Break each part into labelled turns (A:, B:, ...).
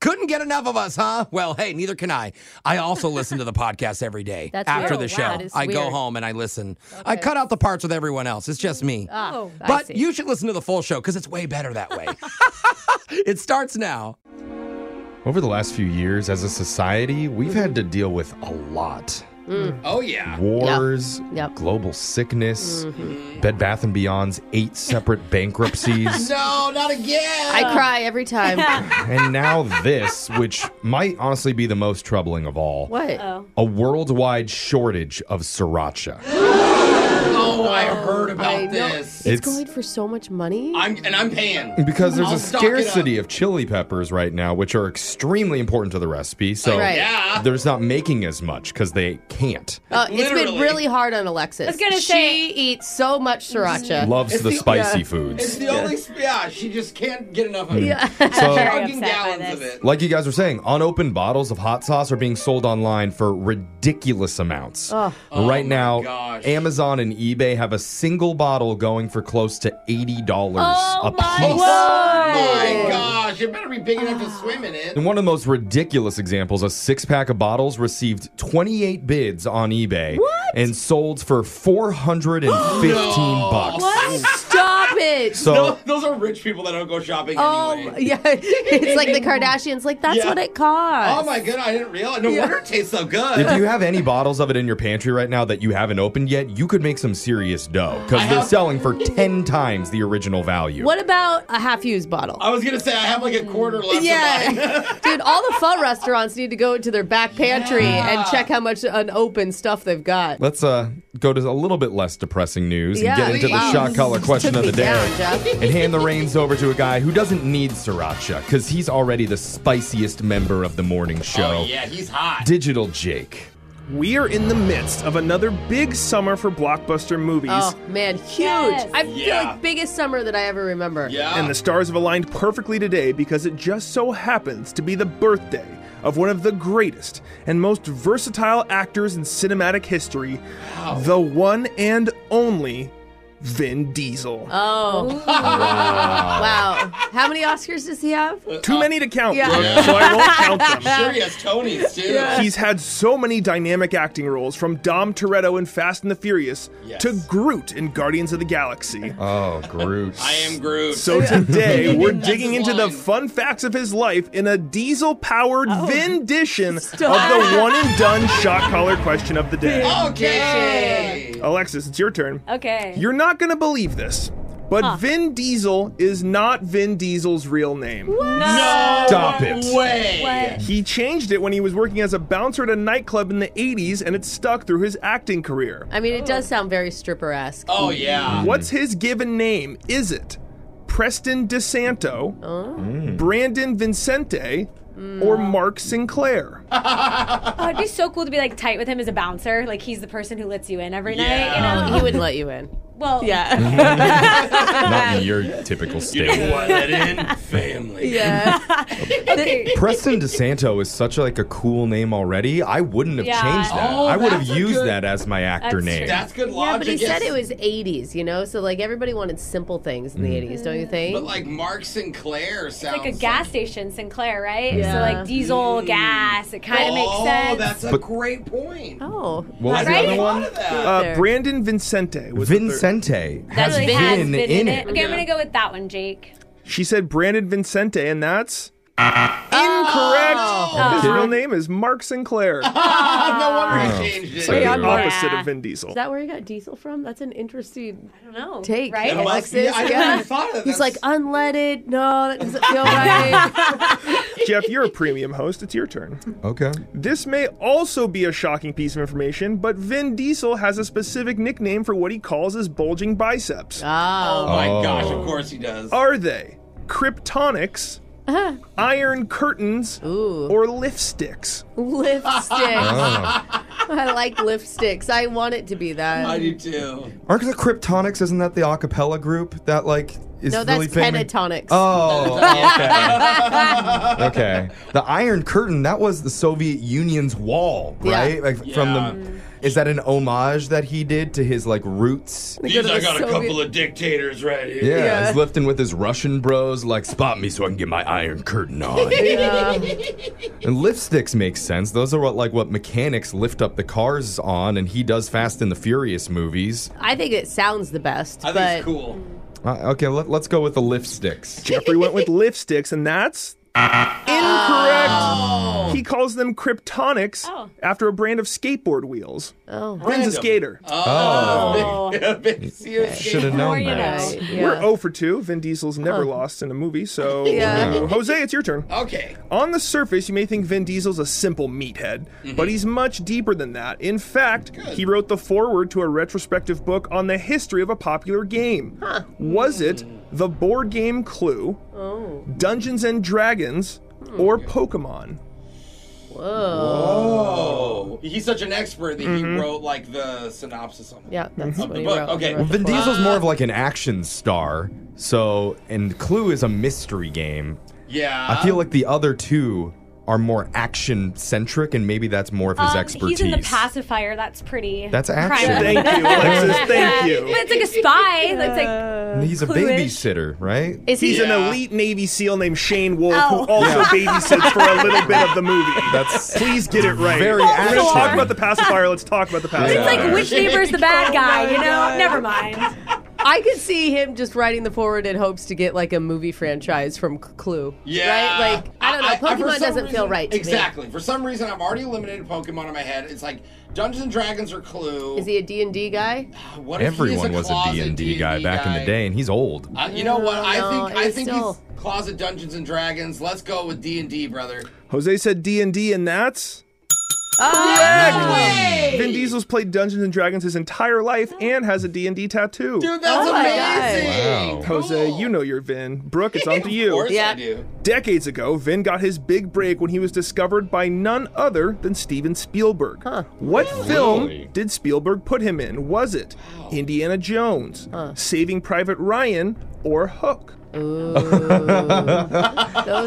A: Couldn't get enough of us, huh? Well, hey, neither can I. I also listen to the podcast every day
B: That's
A: after
B: weird.
A: the
B: Oh, wow,
A: show.
B: that is
A: I go
B: weird.
A: home and I listen. I cut out the parts with everyone else. It's just me.
B: Oh, I
A: but
B: see.
A: you should listen to the full show because it's way better that way. it starts now.
C: Over the last few years, as a society, we've had to deal with a lot
A: Oh yeah.
C: wars,
B: Yep.
C: global sickness, Bed Bath and Beyond's eight separate bankruptcies,
A: Mm-hmm. No, not again.
D: I cry every time.
C: and now this, which might honestly be the most troubling of all
D: what?
C: a worldwide shortage of sriracha.
A: oh, I heard
D: I know. It's,
C: It's-
D: going for so much money.
A: I'm and I'm paying.
C: Because there's
A: I'll
C: a
A: stock it up.
C: scarcity of chili peppers right now, which are extremely important to the recipe. So
D: Right.
A: Yeah.
C: there's not making as much because they can't.
D: Uh, it's been
A: Literally.
D: really hard on Alexis. I
B: was gonna
D: she
B: say-
D: eats so much
A: Mm-hmm.
D: sriracha.
C: Loves the,
A: the-
C: spicy foods.
A: It's the only yeah. She just can't get enough of it. Yeah.
C: So-
A: Chugging gallons of it.
C: Like you guys were saying, unopened bottles of hot sauce are being sold online for ridiculous amounts.
E: Oh.
B: Oh.
C: Right
A: Oh my
C: now,
A: gosh.
C: Amazon and eBay have a single bottle going for close to eighty dollars
A: Oh
C: a piece.
A: my gosh! It better be big enough to swim in it.
C: In one of the most ridiculous examples, a six pack of bottles received 28 bids on eBay and sold for 415 bucks.
D: Stop it.
C: So
A: Those, those are rich people that don't go shopping anyway.
D: Oh, yeah. It's like the Kardashians. Like that's
A: Yeah.
D: what it costs.
A: Oh my god, I didn't realize. No wonder it tastes so good.
C: If you have any bottles of it in your pantry right now that you haven't opened yet, you could make some serious dough because they're
A: have-
C: selling for 10 times the original value.
D: What about a half-used bottle? Mm.
A: I was gonna say I have like a quarter left. Yeah. Of mine.
D: Yeah, dude. All the pho restaurants need to go into their back pantry and check how much unopened stuff they've got.
C: Let's uh, go to a little bit less depressing news
D: Yeah,
C: and get into the
D: please.
C: shock collar question
D: Took
C: of the
D: me
C: day.
D: down, Jeff.
C: and hand the reins over to a guy who doesn't need sriracha because he's already the spiciest member of the morning show.
A: Oh yeah, he's hot.
C: Digital Jake.
F: We are in the midst of another big summer for blockbuster movies,
D: Oh man, huge! I feel
A: Yeah.
D: like biggest summer that I ever remember.
A: Yeah.
F: and the stars have aligned perfectly today because it just so happens to be the birthday of one of the greatest and most versatile actors in cinematic history, the one and only Vin Diesel.
D: Oh wow! How many Oscars does he have?
A: Uh,
F: Too many to count,
D: Yeah.
F: Brooke, so I won't count them.
A: sure he has Tony's too.
F: He's had so many dynamic acting roles from Dom Toretto in Fast and the Furious
A: Yes.
F: to Groot in Guardians of the Galaxy.
C: Oh, Groot.
A: I am Groot.
F: So today we're digging
A: his
F: into the
A: line.
F: fun facts of his life in a diesel-powered vindition of the one and done shot collar question of the day.
A: okay.
F: Alexis, it's your turn.
G: Okay.
F: You're not gonna believe this, But Vin Diesel is not Vin Diesel's real name.
C: No Stop it.
A: Way.
F: He changed it when he was working as a bouncer at a nightclub in the 80s, and it stuck through his acting career.
B: I mean, it does sound very stripper esque.
A: Oh
C: Mm.
A: yeah.
F: What's his given name? Is it Preston DeSanto,
G: Oh.
C: Mm.
F: Brandon Vincente,
G: Mm.
F: or Mark Sinclair?
G: Oh, it'd be so cool to be like tight with him as a bouncer. Like he's the person who lets you in every night. You know?
B: He wouldn't let you in.
G: Well,
B: Yeah.
C: Not in your typical state.
A: Why that in family?
B: Yeah.
C: Preston DeSanto is such like a cool name already. I wouldn't have
G: Yeah.
C: changed that.
A: Oh,
C: I would have
A: that's a
C: used
A: good-
C: that as my actor
G: That's
C: name.
A: That's good logic.
B: Yeah, but he
A: yes.
B: said it was 80s, you know? So, like, everybody wanted simple things
F: Mm.
B: in the 80s, don't you think?
A: But like Mark Sinclair sounds
G: like a gas station, Sinclair, right? So like diesel, gas. It kind of
A: oh,
G: makes sense.
A: that's a
C: But-
A: great point.
B: oh.
C: what was
G: Right?
C: the other
A: Thought
C: one?
A: of that.
F: Uh,
B: There.
F: Brandon Vincente was the third.
C: Vincente has
G: Really
C: been
G: has
C: in,
G: been
C: in
G: it.
C: it.
G: Okay, I'm gonna go with that one, Jake.
F: She said Brandon Vincente, and that's
G: Oh.
B: Oh.
F: incorrect. His
C: Oh. Okay.
G: Um,
F: real name is Mark Sinclair,
A: no wonder he changed it.
C: Sorry.
F: Oh. the
C: Yeah.
F: opposite of Vin Diesel.
B: Is that where he got diesel from? That's an interesting
G: I don't know.
B: take.
G: right?
A: It must-
B: Alexis,
A: yeah, I never
B: yeah.
A: thought of that.
B: He's
A: That's-
B: like, unleaded. No, that doesn't feel right.
F: Jeff, you're a premium host. It's your turn.
C: Okay.
F: This may also be a shocking piece of information, but Vin Diesel has a specific nickname for what he calls his bulging biceps.
A: oh my
C: Oh.
A: gosh, of course he does. Uh-huh.
F: Are they Kryptonics, Iron Curtains, or Lift Sticks?
B: lipsticks.
F: Oh.
C: Oh.
B: I like lipsticks. I want it to be that.
A: I do too.
C: Aren't the Kryptonics? Isn't that the acapella group that like is
B: no, that's
C: really famous?
B: pentatonics.
A: Oh,
C: Oh, okay. okay. The Iron Curtain that was the Soviet Union's wall,
B: Yeah.
C: right? Like from the. Is that an homage that he did to his like roots?
B: Go to the Soviet-
A: of dictators right here.
C: Yeah,
B: Yeah.
C: he's lifting with his Russian bros, like spot me so I can get my Iron Curtain on. and lift sticks makes sense. Those are what like what mechanics lift up the cars on, and he does Fast and the Furious movies.
B: I think it sounds the best.
A: I think
B: but
A: it's cool.
C: Uh, okay, let, let's go with the lift sticks.
F: Jeffrey went with Lift Sticks, and that's
A: Oh.
F: incorrect. He calls them Kryptonics
G: Oh.
F: after a brand of skateboard wheels.
B: Oh.
F: Vin's a
A: Random.
F: skater.
G: Oh.
C: Should have known
G: you
C: that.
G: know.
B: Yeah.
F: We're 0 for 2. Vin Diesel's never lost in a movie, so
B: Yeah.
F: Jose, it's your turn.
A: Okay.
F: On the surface, you may think Vin Diesel's a simple meathead, but he's much deeper than that. In fact, he wrote the foreword to a retrospective book on the history of a popular game. Was it the board game Clue,
B: Oh.
F: Dungeons and Dragons, or Pokemon?
A: Oh. He's such an expert that
C: Mm-hmm.
A: he wrote like the synopsis on it.
B: Yeah, that's what
A: the
B: he
A: book,
B: wrote.
A: okay.
B: He wrote the
C: Vin
B: book.
C: Diesel's more of like an action star. So, and Clue is a mystery game.
A: Yeah.
C: I feel like the other two are more action centric, and maybe that's more of his
G: Um,
C: expertise.
G: He's in the pacifier. That's pretty.
C: That's
G: prime.
C: action.
F: Thank you, Alexis. Thank
G: But
F: you.
G: it's like a spy. That's like
C: And he's a
G: Clue-ish.
C: babysitter, right?
B: Is he?
F: He's an
A: Yeah.
F: elite Navy SEAL named Shane Wolf,
G: Oh.
F: who also babysits for a little bit of the movie.
C: That's
F: Please get it right.
C: Very
F: We're going to talk
C: accurate.
F: about the pacifier. Let's talk about the pacifier.
G: it's like which neighbor's the bad guy? You know?
B: God.
G: Never mind.
B: I could see him just writing the forward in hopes to get like a movie franchise from C- Clue.
A: Yeah.
B: Right? Like, I don't know.
A: for
B: Pokemon
A: some
B: doesn't feel
A: reason-
B: right. To
A: Exactly. For some reason, I've already eliminated Pokemon in my head. It's like Dungeons and Dragons or Clue.
B: Me. Is he a D&D guy?
A: What if he is
C: everyone
A: a
C: was a
A: closet
C: D and D guy back in the day, and he's old.
A: Uh, you know what? I
B: No,
A: think I
B: it's
A: think
B: still-
A: he's closet Dungeons and Dragons. Let's go with D and D, brother.
F: Jose said D&D, and that's...
A: Oh,
F: Vin Diesel's played Dungeons and Dragons his entire life and has a D&D tattoo.
A: Dude, that's amazing.
C: Wow.
F: Jose, you know your Vin. Brooke, it's on to
A: Of
F: you.
A: course
B: Yeah.
A: I do.
F: Decades ago, Vin got his big break when he was discovered by none other than Steven Spielberg. What film did Spielberg put him in? Was it Indiana Jones, Saving Private Ryan, or Hook?
B: Those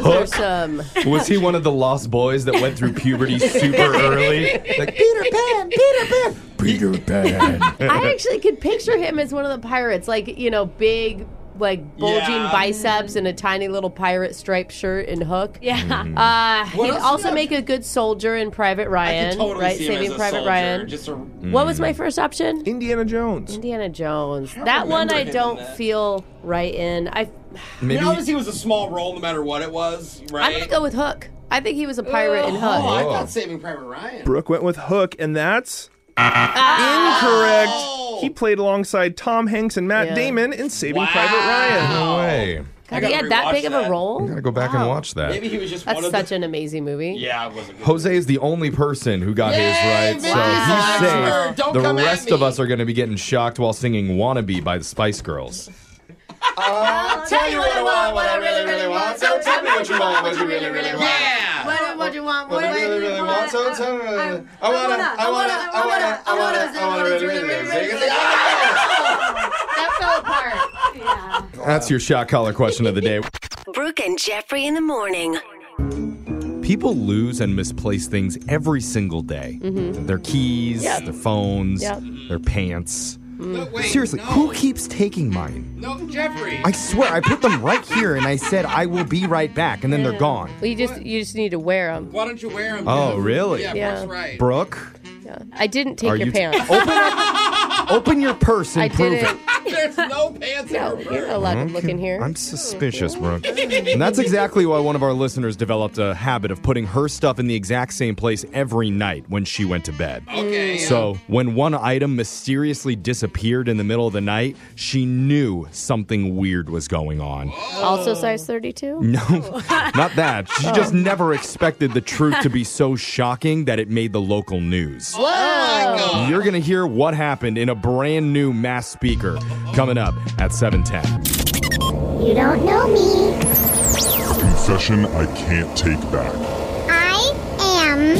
B: are some.
C: Was he one of the lost boys that went through puberty super early? Like Peter Pan, Peter Pan, Peter Pan.
B: I actually could picture him as one of the pirates. Like, you know, big, like, bulging
A: Yeah.
B: biceps and a tiny little pirate striped shirt and hook.
G: Yeah.
B: Uh,
A: What
B: he'd
A: else
B: also
A: did I-
B: make a good soldier in Private
A: I
B: Ryan,
A: can totally
B: right?
A: see him
B: Saving
A: as a
B: Private
A: soldier,
B: Ryan.
A: Just a,
B: What was
A: Hmm.
B: my first option?
F: Indiana Jones.
B: Indiana Jones. that one
A: remember
B: Mm-hmm. I
A: him in
B: don't
A: that.
B: feel right in.
A: I
B: I
A: mean,
C: Maybe
A: obviously, it was a small role, no matter what it was, right?
B: I'm gonna go with Hook. I think he was a pirate in
A: Oh,
B: Hook.
A: I
C: Whoa.
A: thought Saving Private Ryan. Ah!
F: Brooke went with Hook, and that's incorrect. He played alongside Tom Hanks and Matt
B: Yeah.
F: Damon in Saving
H: Wow.
F: Private Ryan.
C: No way.
H: I
B: God,
H: gotta
B: he had that
H: rewatch
B: big of
H: that.
B: a role.
C: I gotta go back and watch that.
H: Maybe he was just
B: That's
H: one
B: such
H: of
B: an amazing movie.
H: the. Yeah, it was a good.
C: Jose is the only person who got
H: Yay,
C: his right,
H: Vinny's
C: so
H: the
C: he's
H: expert.
C: safe.
H: Don't
C: the
H: come at
C: rest of
H: me.
C: us are going to be getting shocked while singing "Wannabe" by the Spice Girls.
H: I'll tell you what I want, what I really, really want. So tell me what you want, what you really, really want. Yeah. What, what you want, what, you really, really want. So tell me. I wanna, I wanna, I wanna, I wanna, I wanna, I wanna really, really, really, really. really- Ah!
C: That's your shock collar question of the day.
I: Brooke and Jeffrey in the morning.
C: People lose and misplace things every single day.
H: Mm-hmm.
C: Their keys, their phones,
B: Yep.
C: their pants.
H: Mm. No, wait,
J: Seriously,
H: no.
J: who keeps taking mine?
H: No, Jeffrey.
J: I swear, I put them right here and I said, I will be right back, and then they're gone.
B: Well, you just you just need to wear them.
H: Why don't you wear them?
C: Oh,
H: Jeff?
C: really?
H: Yeah,
B: Yeah.
H: Brooke's right.
J: Brooke,
B: I didn't take
C: Are
B: your
C: you-
B: parents.
J: open, up, open your purse and
B: I
J: prove
B: didn't.
J: it.
H: There's no pants
B: No,
H: in her
B: you're not
H: purse.
B: allowed to look in here.
C: I'm suspicious, Brooke. and that's exactly why one of our listeners developed a habit of putting her stuff in the exact same place every night when she went to bed.
H: Okay. yeah.
C: So, when one item mysteriously disappeared in the middle of the night, she knew something weird was going on.
H: Oh.
B: also size 32.
C: No, not that. She just never expected the truth to be so shocking that it made the local news.
B: Oh.
C: You're going to hear what happened in a brand new mass speaker coming up at 710.
I: You don't know me.
J: Confession I can't take back.
I: I am.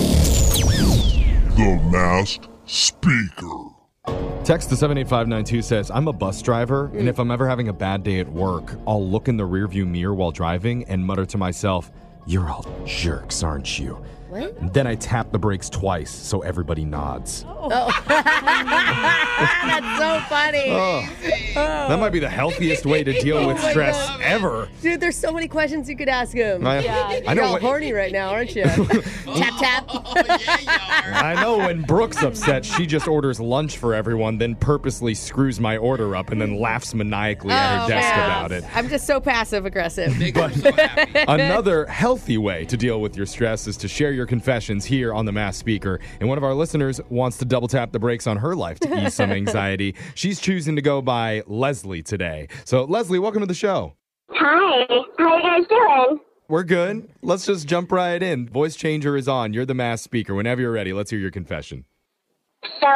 J: The masked speaker.
C: Text to 78592 says, I'm a bus driver, and if I'm ever having a bad day at work, I'll look in the rearview mirror while driving and mutter to myself, You're all jerks, aren't you? What? Then I tap the brakes twice so everybody nods.
A: Oh.
B: Oh. That's so funny.
H: Oh.
B: Oh.
C: That might be the healthiest way to deal with stress ever.
B: Dude, there's so many questions you could ask him.
C: I, I
B: You're
C: know
B: all
C: when,
B: horny right now, aren't you? tap tap.
H: Oh, yeah, you are.
C: I know when Brooke's upset, she just orders lunch for everyone, then purposely screws my order up and then laughs maniacally at her desk about it.
B: Oh, I'm just so passive aggressive.
C: Another healthy way to deal with your stress is to share your confessions here on the Mass Speaker. And one of our listeners wants to double tap the brakes on her life to ease some anxiety. She's choosing to go by Leslie today. So, Leslie, welcome to the show.
I: Hi. How you guys doing?
C: We're good. Let's just jump right in. Voice changer is on. You're the Mass Speaker. Whenever you're ready, let's hear your confession.
I: So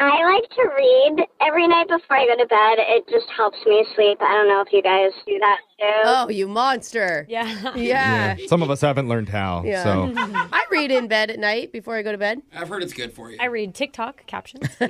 I: I like to read every night before I go to bed. It just helps me sleep. I don't know if you guys do that too.
B: Oh, you monster.
G: Yeah.
B: Yeah.
C: Some of us haven't learned how.
B: Yeah.
C: So,
B: I read in bed at night before I go to bed.
H: I've heard it's good for you.
G: I read TikTok captions.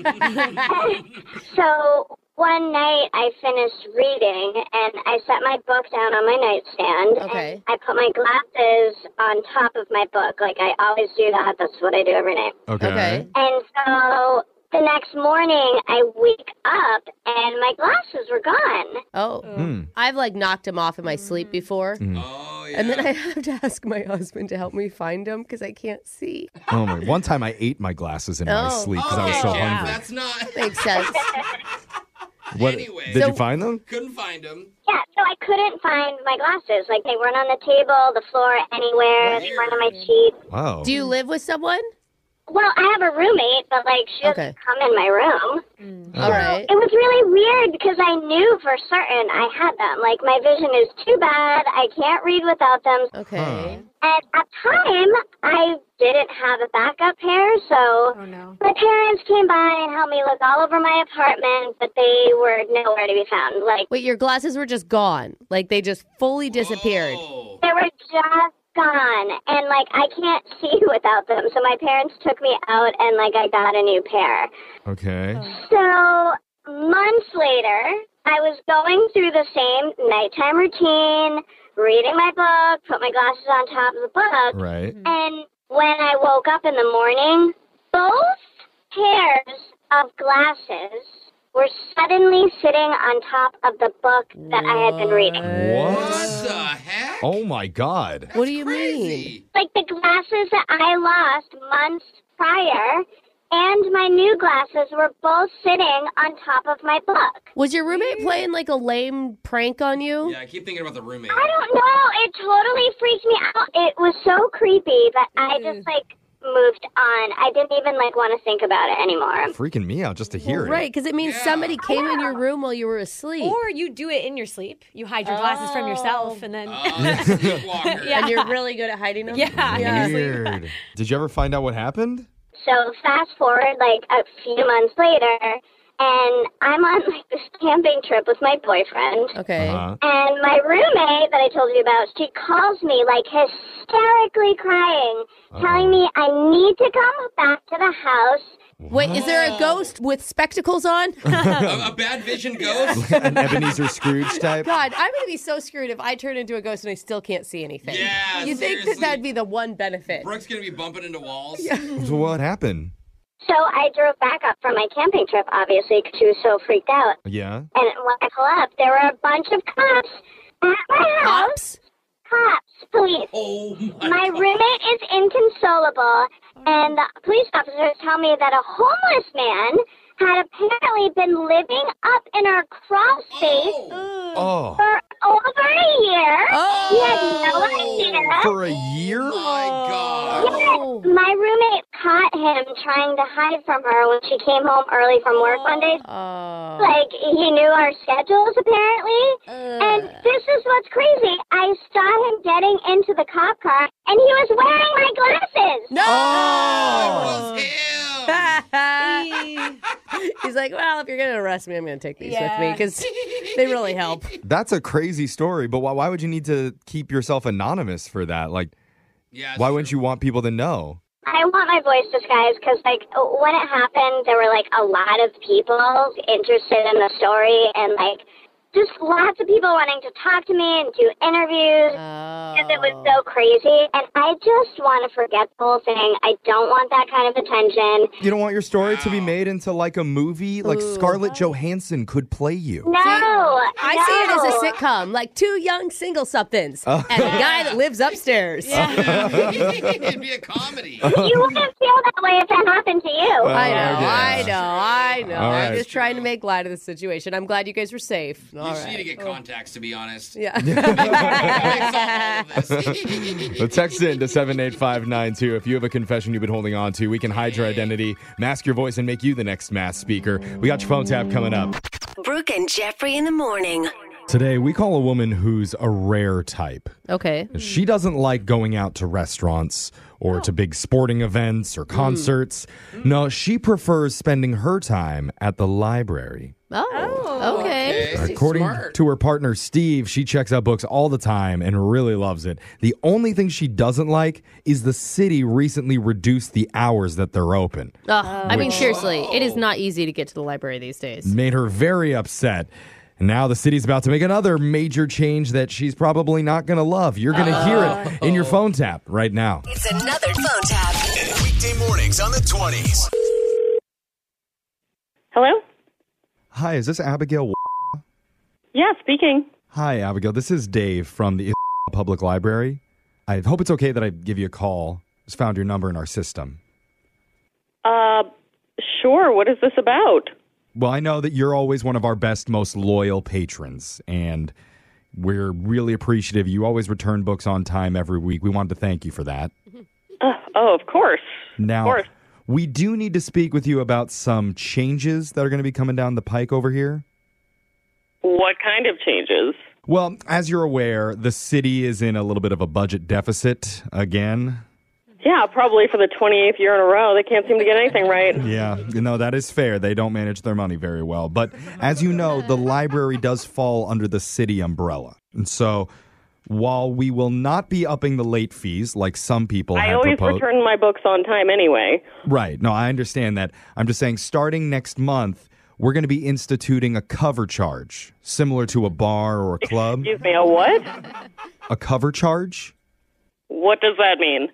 I: So one night I finished reading and I set my book down on my nightstand.
B: Okay.
I: And I put my glasses on top of my book. Like I always do that. That's what I do every night.
C: okay.
B: Okay.
I: And so the next morning I wake up and my glasses were gone.
B: Oh.
C: Hmm.
B: I've like knocked him off in my
G: Mm.
B: sleep before.
C: Mm-hmm.
H: Oh, yeah.
B: And then I have to ask my husband to help me find him because I can't see.
C: Oh my. One time I ate my glasses in my
B: Oh.
C: sleep because I was
H: Okay,
C: so
H: Jeff,
C: hungry.
H: That's not.
B: Makes sense.
C: What,
H: Anyway.
C: Did
B: So-
C: you find them?
H: Couldn't find him.
I: Yeah, so I couldn't find my glasses. Like they weren't on the table, the floor, anywhere. They weren't on my sheet.
C: Wow.
B: Do you live with someone?
I: Well, I have a roommate, but like she doesn't
B: Okay.
I: come in my room.
B: All right.
I: It was really weird because I knew for certain I had them. Like my vision is too bad. I can't read without them.
B: Okay.
I: At a time, I didn't have a backup pair, so my parents came by and helped me look all over my apartment, but they were nowhere to be found. Like
B: Wait, your glasses were just gone. Like they just fully disappeared.
H: Oh.
I: They were just gone, and like I can't see without them. So my parents took me out, and like I got a new pair.
C: Okay.
I: So months later, I was going through the same nighttime routine, reading my book, put my glasses on top of the book,
C: Right.
I: and when I woke up in the morning, both pairs of glasses were suddenly sitting on top of the book that I had been reading.
H: What the heck?
C: Oh my god.
B: What do you mean?
H: Crazy.
I: like the glasses that I lost months prior and my new glasses were both sitting on top of my book.
B: Was your roommate playing like a lame prank on you?
H: Yeah, I keep thinking about the roommate.
B: Hmm.
I: I don't know, it totally freaked me out. It was so creepy that I just like moved on. I didn't even like want to think about it anymore.
C: Freaking me out just to hear it.
B: Right, because it means somebody came in your room while you were asleep.
G: Or you do it in your sleep. You hide your glasses from yourself, and then yeah.
B: And you're really good at hiding them?
G: Yeah.
C: Weird. Did you ever find out what happened?
I: So fast forward like a few months later, and I'm on like this camping trip with my boyfriend.
B: Okay.
I: And my roommate that I told you about, she calls me like hysterically crying, telling me I need to come back to the house.
B: Wait, is there a ghost with spectacles on?
A: a bad vision ghost?
C: An Ebenezer Scrooge type?
B: God, I'm going to be so screwed if I turn into a ghost and I still can't see anything.
A: Yeah,
B: You think that
A: seriously.
B: that'd be the one benefit?
A: Brooke's gonna be bumping into walls.
C: So what happened?
I: So I drove back up from my camping trip, obviously, 'cause she was so freaked out.
C: Yeah.
I: And when I pull up, there were a bunch of cops at my house. Cops? Cops, police.
A: Oh my!
I: roommate is inconsolable, and the police officers tell me that a homeless man had apparently been living up in our crawl space
C: Oh.
I: for over a year. He had no
A: Oh.
I: idea.
C: For a year?
I: Yes, my roommate caught him trying to hide from her when she came home early from work one day. Like, he knew our schedules, apparently. and this is what's crazy. I saw him getting into the cop car, and he was wearing my glasses.
B: No!
G: Eee.
B: Oh. He's like, well, if you're going to arrest me, I'm going to take these with me because they really help.
C: That's a crazy story, but why, why would you need to keep yourself anonymous for that? Like, why wouldn't you want people to know?
I: I want my voice disguised because, like, when it happened, there were, like, a lot of people interested in the story and, like, just lots of people wanting to talk to me and do interviews because it was so crazy. And I just want to forget the whole thing. I don't want that kind of attention.
C: You don't want your story to be made into like a movie? Like Scarlett Johansson could play you.
I: No.
B: I see it as a sitcom, like two young single somethings
C: Oh.
B: and a guy that lives upstairs.
A: It'd be a comedy.
I: You wouldn't feel that way if that happened to you.
B: I
C: Oh,
B: know,
C: okay.
B: I know, I know.
C: All
B: I'm
C: right.
B: just trying to make light of the situation. I'm glad you guys were safe.
A: You
B: All
A: just need to
B: right. Oh.
A: get contacts, to be honest.
B: Yeah.
C: well, text in to 78592 if you have a confession you've been holding on to. We can hide your identity, mask your voice, and make you the next mass speaker. We got your phone tab coming up.
K: Brooke and Jeffrey in the morning.
C: Today, we call a woman who's a rare type.
B: okay.
K: Hmm.
C: She doesn't like going out to restaurants or to big sporting events or concerts. No, she prefers spending her time at the library.
B: Oh, okay.
C: According to her partner Steve, she checks out books all the time and really loves it. The only thing she doesn't like is the city recently reduced the hours that they're open.
B: Ugh, I mean, seriously, it
A: Oh.
B: is not easy to get to the library these days.
C: Made her very upset. And now the city's about to make another major change that she's probably not going to love. You're going to hear it in your phone tap right now.
K: It's another phone tap.
E: Weekday mornings on the 20s.
L: Hello?
C: Hi, is this Abigail?
L: Yeah, speaking.
C: Hi, Abigail. This is Dave from the Public Library. I hope it's okay that I give you a call. Just found your number in our system.
L: Uh, sure. What is this about?
C: Well, I know that you're always one of our best, most loyal patrons, and we're really appreciative. You always return books on time every week. We wanted to thank you for that.
L: Uh, oh, of course.
C: Now,
L: course.
C: we do need to speak with you about some changes that are going to be coming down the pike over here.
L: What kind of changes?
C: Well, as you're aware, the city is in a little bit of a budget deficit again.
L: Yeah, probably for the 28th year in a row. They can't seem to get anything right.
C: Yeah, you know, that is fair. They don't manage their money very well. But as you know, the library does fall under the city umbrella. And so while we will not be upping the late fees like some people
L: I
C: have
L: always
C: proposed.
L: return my books on time anyway.
C: Right. No, I understand that. I'm just saying starting next month, we're going to be instituting a cover charge similar to a bar or a club.
L: Excuse me, a what?
C: A cover charge?
L: What does that mean?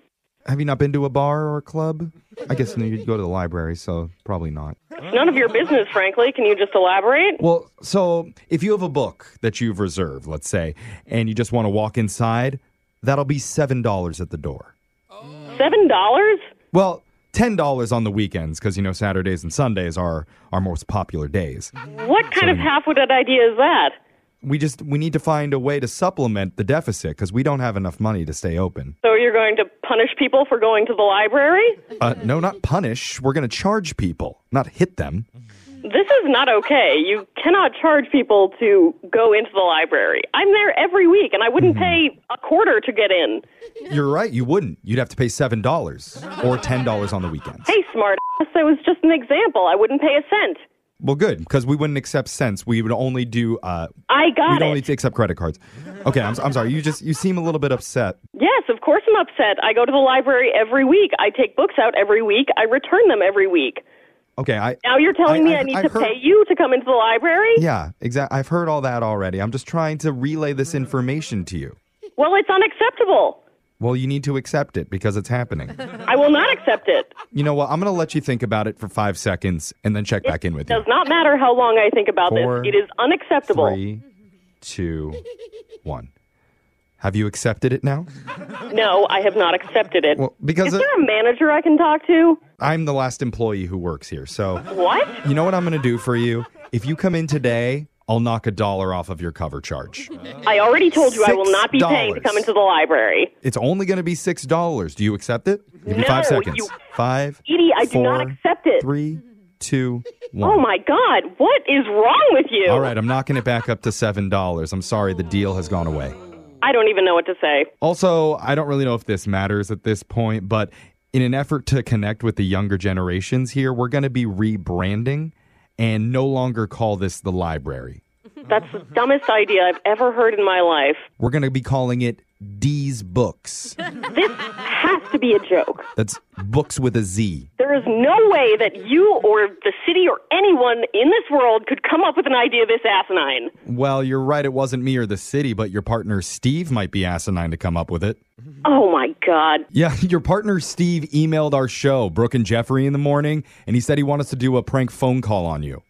C: Have you not been to a bar or a club? I guess you go to the library, so probably not.
L: It's none of your business, frankly. Can you just elaborate?
C: Well, so if you have a book that you've reserved, let's say, and you just want to walk inside, that'll be $7 at the door.
L: Oh. Seven dollars?
C: Well, $10 on the weekends because, you know, Saturdays and Sundays are our most popular days.
L: What kind of half-witted idea is that?
C: we just we need to find a way to supplement the deficit because we don't have enough money to stay open.
L: So you're going to punish people for going to the library?
C: Uh, no, not punish. We're going to charge people, not hit them.
L: This is not okay. You cannot charge people to go into the library. I'm there every week and I wouldn't
C: Mm-hmm.
L: pay a quarter to get in.
C: You're right. You wouldn't. You'd have to pay seven dollars or ten dollars on the weekend.
L: Hey, smart ass, that was just an example. I wouldn't pay a cent.
C: Well, good because we wouldn't accept cents. We would only do. Uh,
L: I got
C: We'd
L: it.
C: only accept credit cards. Okay, I'm, I'm sorry. You just you seem a little bit upset.
L: Yes, of course I'm upset. I go to the library every week. I take books out every week. I return them every week.
C: Okay, I
L: Now you're telling me I,
C: I've-
L: need
C: I've
L: to
C: heard-
L: pay you to come into the library?
C: Yeah, exactly. I've heard all that already. I'm just trying to relay this information to you.
L: Well, it's unacceptable.
C: Well, you need to accept it because it's happening.
L: I will not accept it.
C: You know what? I'm going to let you think about it for five seconds and then check back in with you.
L: Does not matter how long I think about
C: Four,
L: this. It is unacceptable.
C: Three, two, one. Have you accepted it now?
L: No, I have not accepted it.
C: Well, because
L: is
C: it-
L: there a manager I can talk to?
C: I'm the last employee who works here. So,
L: What?
C: you know what I'm going to do for you? If you come in today, I'll knock a dollar off of your cover charge.
L: I already told you I will not be paying to
C: $6.
L: come into the library.
C: It's only going to be $6. Do you accept it? Give me five
L: No,
C: seconds.
L: you-
C: Five.
L: Edie, I do not
C: four,
L: accept it.
C: Three, two, one.
L: Oh my God, what is wrong with you?
C: All right, I'm knocking it back up to $7. I'm sorry, the deal has gone away.
L: I don't even know what to say.
C: Also, I don't really know if this matters at this point, but in an effort to connect with the younger generations here, we're going to be rebranding and no longer call this the library.
L: That's the dumbest idea I've ever heard in my life.
C: We're going to be calling it D's Books.
L: This has to be a joke.
C: That's books with a Z.
L: There is no way that you or the city or anyone in this world could come up with an idea this asinine.
C: Well, you're right, it wasn't me or the city, but your partner Steve might be asinine to come up with it.
L: Oh my God.
C: Yeah, your partner Steve emailed our show, Brooke and Jeffrey, in the morning, and he said he wanted us to do a prank phone call on you.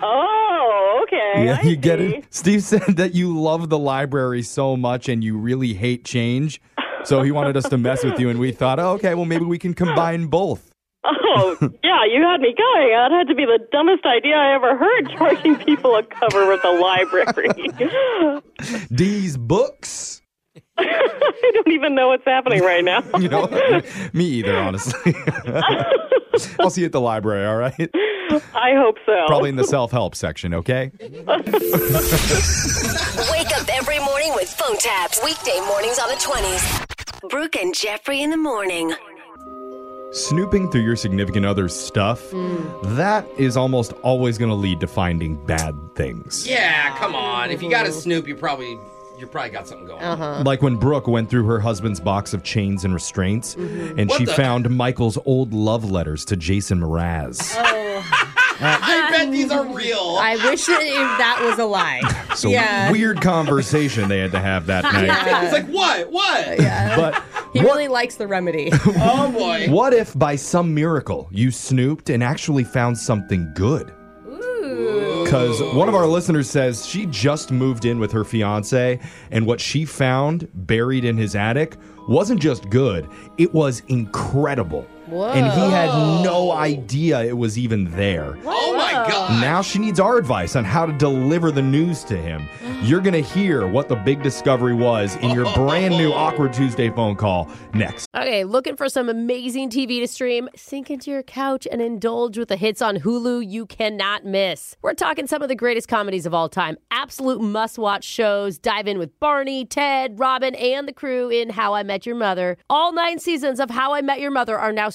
L: Oh, okay.
C: yeah,
L: I
C: you get
L: see.
C: it? Steve said that you love the library so much and you really hate change. So he wanted us to mess with you, and we thought, oh, okay, well, maybe we can combine both.
L: Oh, yeah, you had me going. That had to be the dumbest idea I ever heard, charging people a cover with a library.
C: These books.
L: I don't even know what's happening right now.
C: You know, me either, honestly. I'll see you at the library, all right?
L: I hope so.
C: Probably in the self help section, okay?
K: Wake up every morning with phone taps. Weekday mornings on the 20s. Brooke and Jeffrey in the morning.
C: Snooping through your significant other's stuff,
L: Mm.
C: that is almost always going to lead to finding bad things.
A: Yeah, come on. If you got to snoop, you probably you probably got something going.
L: Uh-huh.
B: Uh-huh.
A: on.
C: Like when Brooke went through her husband's box of chains and restraints, and
L: Mm-hmm.
A: What
C: she
A: the-
C: found Michael's old love letters to Jason Mraz.
A: I bet these are real.
D: Oh. I wish that if that was a lie.
C: So
D: yeah.
C: weird conversation they had to have that night.
A: it's like what? What?
C: But
D: He
C: what,
D: really likes the remedy.
A: Oh boy.
C: what if by some miracle you snooped and actually found something good? Because one of our listeners says she just moved in with her fiance, and what she found buried in his attic wasn't just good, it was incredible. And he had no idea it was even there.
A: Oh my god.
C: Now she needs our advice on how to deliver the news to him. You're going to hear what the big discovery was in your brand new Awkward Tuesday phone call next.
B: Okay, looking for some amazing TV to stream? Sink into your couch and indulge with the hits on Hulu you cannot miss. We're talking some of the greatest comedies of all time, absolute must watch shows. Dive in with Barney, Ted, Robin, and the crew in How I Met Your Mother. All nine seasons of How I Met Your Mother are now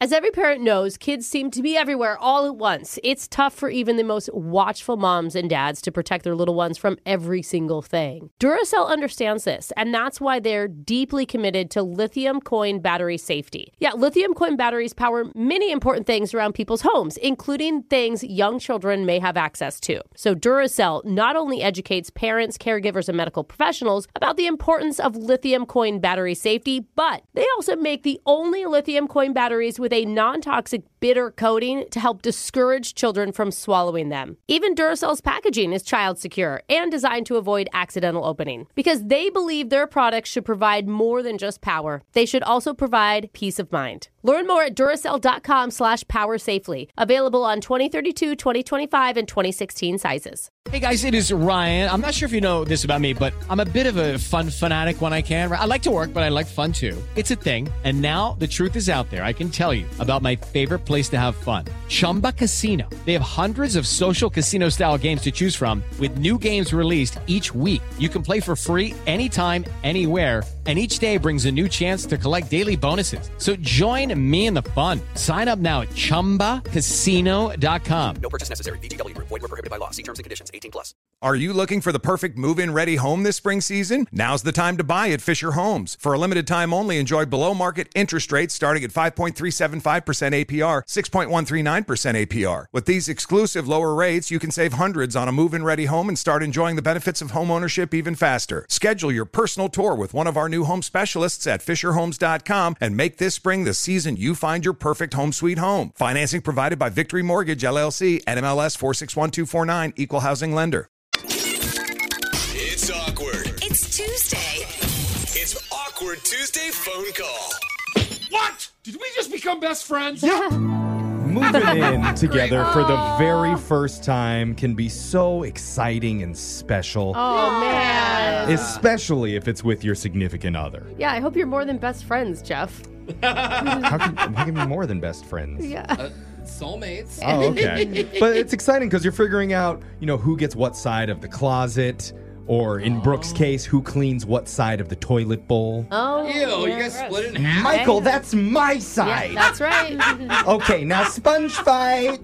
B: As every parent knows, kids seem to be everywhere all at once. It's tough for even the most watchful moms and dads to protect their little ones from every single thing. Duracell understands this, and that's why they're deeply committed to lithium coin battery safety. Yeah, lithium coin batteries power many important things around people's homes, including things young children may have access to. So Duracell not only educates parents, caregivers, and medical professionals about the importance of lithium coin battery safety, but they also make the only lithium coin batteries with a non toxic bitter coating to help discourage children from swallowing them. Even Duracell's packaging is child secure and designed to avoid accidental opening because they believe their products should provide more than just power. They should also provide peace of mind. Learn more at Duracell.com slash power safely. Available on 2032, 2025, and 2016 sizes.
M: Hey guys, it is Ryan. I'm not sure if you know this about me, but I'm a bit of a fun fanatic when I can. I like to work, but I like fun too. It's a thing. And now the truth is out there. I can tell you about my favorite place to have fun Chumba Casino. They have hundreds of social casino style games to choose from, with new games released each week. You can play for free anytime, anywhere and each day brings a new chance to collect daily bonuses. So join me in the fun. Sign up now at ChumbaCasino.com.
N: No purchase necessary. VGW Group. Void were prohibited by law. See terms and conditions. 18 plus.
O: Are you looking for the perfect move in ready home this spring season? Now's the time to buy at Fisher Homes. For a limited time only, enjoy below market interest rates starting at 5.375% APR, 6.139% APR. With these exclusive lower rates, you can save hundreds on a move in ready home and start enjoying the benefits of home ownership even faster. Schedule your personal tour with one of our new home specialists at FisherHomes.com and make this spring the season you find your perfect home sweet home. Financing provided by Victory Mortgage, LLC, NMLS 461249, Equal Housing Lender.
E: It's awkward.
K: It's Tuesday.
E: It's awkward Tuesday phone call.
P: What? Did we just become best friends?
C: Moving in together for the very first time can be so exciting and special,
B: Oh, man.
C: especially if it's with your significant other.
B: Yeah, I hope you're more than best friends, Jeff.
C: How can, how can you be more than best friends?
B: Yeah.
A: Uh, soulmates.
C: Oh, okay. but it's exciting because you're figuring out, you know, who gets what side of the closet, or in Brooke's case, who cleans what side of the toilet bowl.
B: Oh,
A: Ew, you guys split in half.
C: Michael, that's my side.
B: That's right.
C: okay, now sponge fight.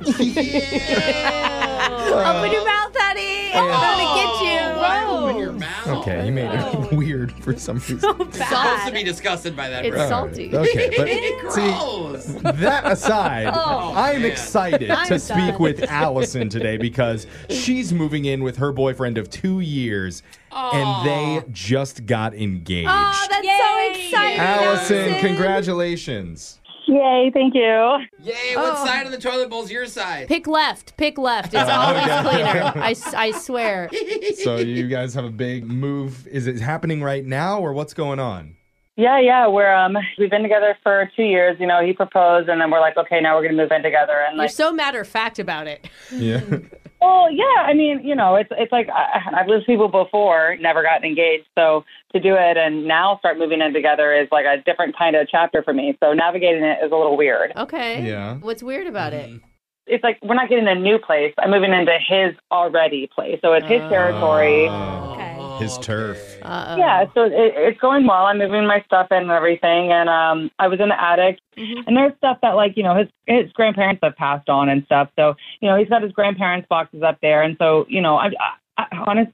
H: Open your
B: mouth, honey.
A: Oh,
H: I'm
B: gonna
H: get you. Whoa.
A: Open your mouth.
C: okay, you made
B: Oh.
C: it weird for some reason.
A: It's supposed to be disgusted by that.
C: It's
A: bro.
C: salty. Okay, but-
A: Gross.
C: That aside,
A: Oh,
C: I'm
A: man.
C: excited
A: I'm
C: to
A: done.
C: speak with Allison today because she's moving in with her boyfriend of two years and they just got engaged.
H: Oh, that's so exciting.
C: Allison, congratulations.
Q: Yay, thank you.
A: Yay, what
B: Oh.
A: side of the toilet bowl's your side?
B: Pick left. Pick left. It's always cleaner. I, s- I swear.
C: So you guys have a big move. Is it happening right now or what's going on?
Q: Yeah, yeah, we're um we've been together for two years. You know, he proposed, and then we're like, okay, now we're gonna move in together, and
B: You're
Q: like,
B: so matter of fact about it.
C: Yeah.
Q: well, yeah, I mean, you know, it's it's like I, I've lived with people before, never gotten engaged, so to do it and now start moving in together is like a different kind of chapter for me. So navigating it is a little weird.
B: Okay.
Q: Yeah.
B: What's weird about it?
A: Mm-hmm.
Q: It's like we're not getting a new place. I'm moving into his already place, so it's
B: Ah.
Q: his territory.
C: His turf.
Q: Yeah, so it, it's going well. I'm moving my stuff in and everything, and um, I was in the attic,
B: Mm-hmm.
Q: and there's stuff that like you know his his grandparents have passed on and stuff. So you know he's got his grandparents' boxes up there, and so you know I, I, I honest,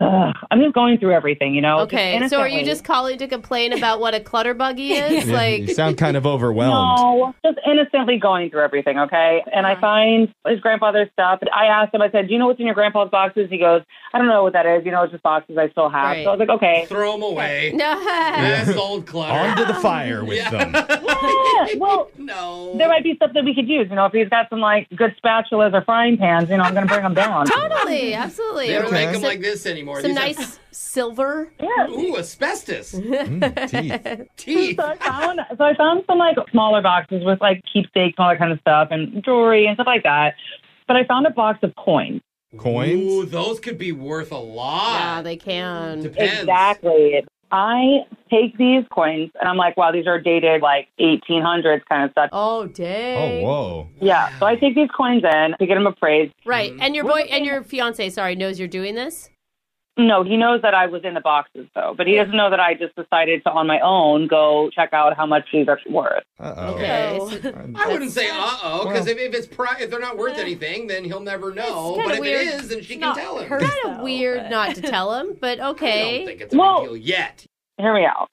Q: uh, I'm just going through everything, you know. just
B: Okay. So are you
Q: innocently.
B: just calling to complain about what a clutter buggy is?
C: Yeah,
B: Like,
C: you sound kind of overwhelmed.
Q: No, just innocently going through everything, okay? And
B: Uh-huh.
Q: I find his grandfather's stuff. And I asked him, I said, Do you know what's in your grandpa's boxes? He goes, I don't know what that is. You know, it's just boxes I still have. So I was like, Okay.
A: Throw them away.
B: No.
A: That's old clutter.
C: Onto the fire with them.
Q: Yeah, well,
A: no.
Q: There might be stuff that we could use. You know, if he's got some like good spatulas or frying pans, you know, I'm going to bring them down.
B: totally. Absolutely.
A: They don't
B: Or
A: make them
B: some-
A: like this anymore.
B: Some
A: These are-
B: nice silver.
Q: Yeah.
A: Ooh, asbestos.
Q: So I found, so I found some like smaller boxes with like keepsakes and all that kind of stuff and jewelry and stuff like that. But I found a box of coins.
C: Coins?
A: Ooh, those could be worth a lot.
B: Yeah, Ah, they can.
A: Depends.
Q: Exactly. I take these coins and I'm like, wow, these are dated like 1800s kind of stuff.
B: Oh, dang.
C: whoa.
Q: Yeah. So I take these coins in to get them appraised.
B: Right. And your boy and your fiance, sorry, knows you're doing this?
Q: No, he knows that I was in the boxes though, but he doesn't know that I just decided to on my own go check out how much these are worth.
B: Oh.
C: Uh-oh.
H: Okay.
A: I wouldn't say uh oh because if, if it's pri- if they're not worth anything, then he'll never know.
B: kinda
A: Oh, But if
B: weird.
A: it is, then she can
B: Not
A: tell him.
B: her, Kind of weird not to tell him, but okay.
A: think it's a big deal yet.
Q: Hear me out.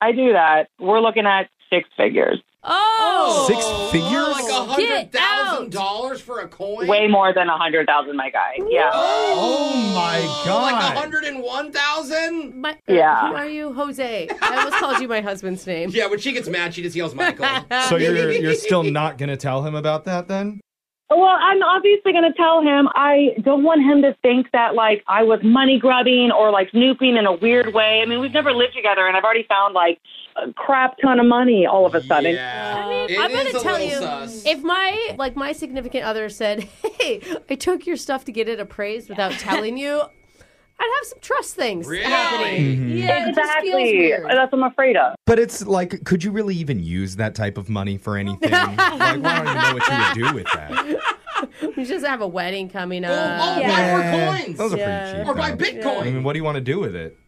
Q: I do that. We're looking at six figures.
B: Oh,
C: Six figures?
A: Like a hundred thousand dollars for a coin?
Q: Way more than a hundred thousand, my guy. Yeah.
C: Oh my
A: Like
C: god.
A: a hundred and one thousand?
B: My, uh,
Q: Yeah.
B: Who are you, Jose? I almost called you my husband's name.
A: Yeah, when she gets mad, she just yells Michael.
C: So you're you're still not gonna tell him about that then?
Q: Well, I'm obviously going to tell him I don't want him to think that like I was money grubbing or like snooping in a weird way. I mean, we've never lived together, and I've already found like a crap ton of money all of a sudden.
A: Yeah.
B: I mean,
A: It
B: I'm gonna
A: is a
B: tell
A: little
B: you,
A: sus.
B: if my like my significant other said, "Hey, I took your stuff to get it appraised without telling you," I'd have some trust things
A: Really? Mm-hmm.
B: happening. Yeah, it just feels
Q: Exactly.
B: weird.
Q: That's what I'm afraid of.
C: Mm-hmm. But it's like, could you really even use that type of money for anything? like, I don't even know what you would do with that.
B: We just have a wedding coming up.
A: Oh,
B: yeah.
A: buy more coins.
C: Those are
B: Yeah.
C: pretty cheap.
A: Or buy
C: though. I
A: Bitcoin.
C: mean, what do you want to do with it?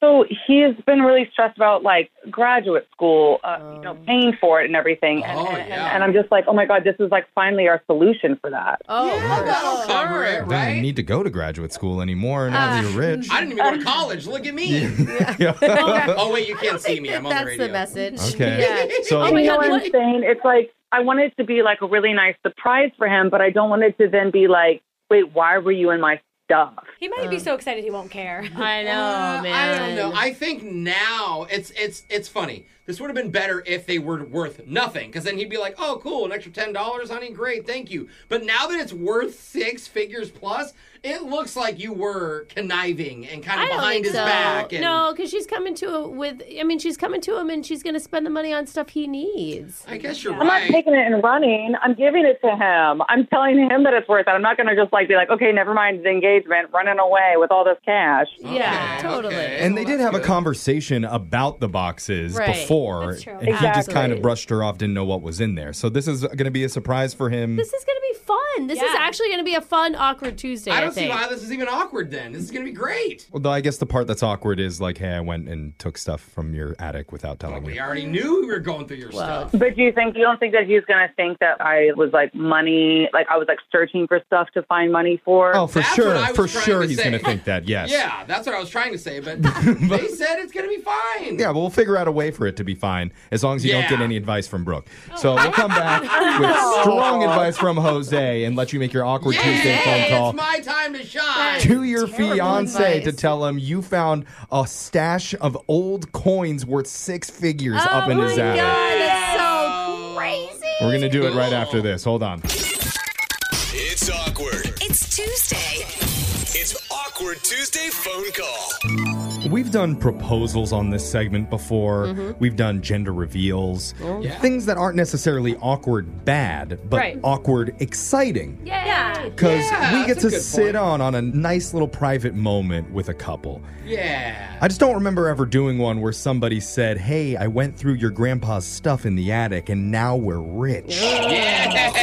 Q: So he's been really stressed about like graduate school, uh, you
B: Oh.
Q: know, paying for it and everything. And,
A: Oh,
Q: and,
A: yeah.
Q: and I'm just like, oh my god, this is like finally our solution for that.
B: Oh,
A: Yeah, that'll cover it,
C: Don't even
A: right?
C: need to go to graduate school anymore. Now
B: Uh.
C: that you're rich.
A: I didn't even go to college. Look at me. oh wait, you can't see me. I'm on the
B: That's
A: radio.
B: the message.
C: Okay.
B: Yeah.
C: So
B: Oh my
Q: you know
B: God,
Q: what
B: what-
Q: I'm saying? It's like I want it to be like a really nice surprise for him, but I don't want it to then be like, wait, why were you in my stuff?
G: He might be so excited he won't care.
B: I know,
A: Uh,
B: man.
A: I don't know. I think now it's it's it's funny. This would have been better if they were worth nothing, because then he'd be like, "Oh, cool, an extra ten dollars, honey, great, thank you." But now that it's worth six figures plus, it looks like you were conniving and kind of
B: I don't
A: behind
B: think
A: his
B: so.
A: back. And
B: No, because she's coming to a, with. I mean, she's coming to him, and she's going to spend the money on stuff he needs.
A: I guess you're
Q: I'm not
A: right.
Q: taking it and running. I'm giving it to him. I'm telling him that it's worth it. I'm not going to just like be like, okay, never mind the engagement, running away with all this cash.
B: yeah, totally.
A: okay.
C: And they did have a conversation about the boxes
B: Right.
C: before,
G: That's true.
C: and he just kind
B: Absolutely.
C: of brushed her off, didn't know what was in there. So this is going to be a surprise for him.
B: This is going to be fun. This is
G: Yeah.
B: actually going to be a fun, awkward Tuesday. I,
A: I don't see
B: think.
A: why this is even awkward. Then this is gonna be great.
C: Although I guess the part that's awkward is like, hey, I went and took stuff from your attic without telling
A: We
C: you.
A: already knew we were going through your stuff.
Q: But do you think you don't think that he's going to think that I was like money, like I was like searching for stuff to find money for?
C: Oh, for
A: That's what
C: sure,
A: I was
C: for
A: trying
C: sure,
A: to
C: he's
A: say.
C: going to think that. Yes.
A: Yeah, that's what I was trying to say, but they said it's gonna be fine.
C: Yeah, but we'll figure out a way for it to be fine as long as you
A: Yeah.
C: don't get any advice from Brooke. So we'll come back with strong advice from Jose and let you make your awkward Tuesday phone
A: Yay,
C: call
A: it's my time to shine.
C: to your
B: Terrible
C: fiance to
B: advice.
C: tell him you found a stash of old coins worth six figures
B: Oh
C: up in
B: my
C: his
B: god,
C: attic.
B: that's so crazy.
C: We're going to do it right after this. Hold on.
E: It's awkward.
K: It's Tuesday.
E: It's awkward Tuesday phone call.
C: We've done proposals on this segment before. We've done gender reveals.
A: Mm-hmm. Oh, Yeah.
C: Things that aren't necessarily awkward bad, but
B: Right.
C: awkward exciting.
B: Yeah.
C: Because
A: Yeah,
C: we get
A: that's a
C: to
A: good
C: sit
A: point.
C: on on a nice little private moment with a couple.
A: Yeah.
C: I just don't remember ever doing one where somebody said, "Hey, I went through your grandpa's stuff in the attic, and now we're rich."
A: Yeah.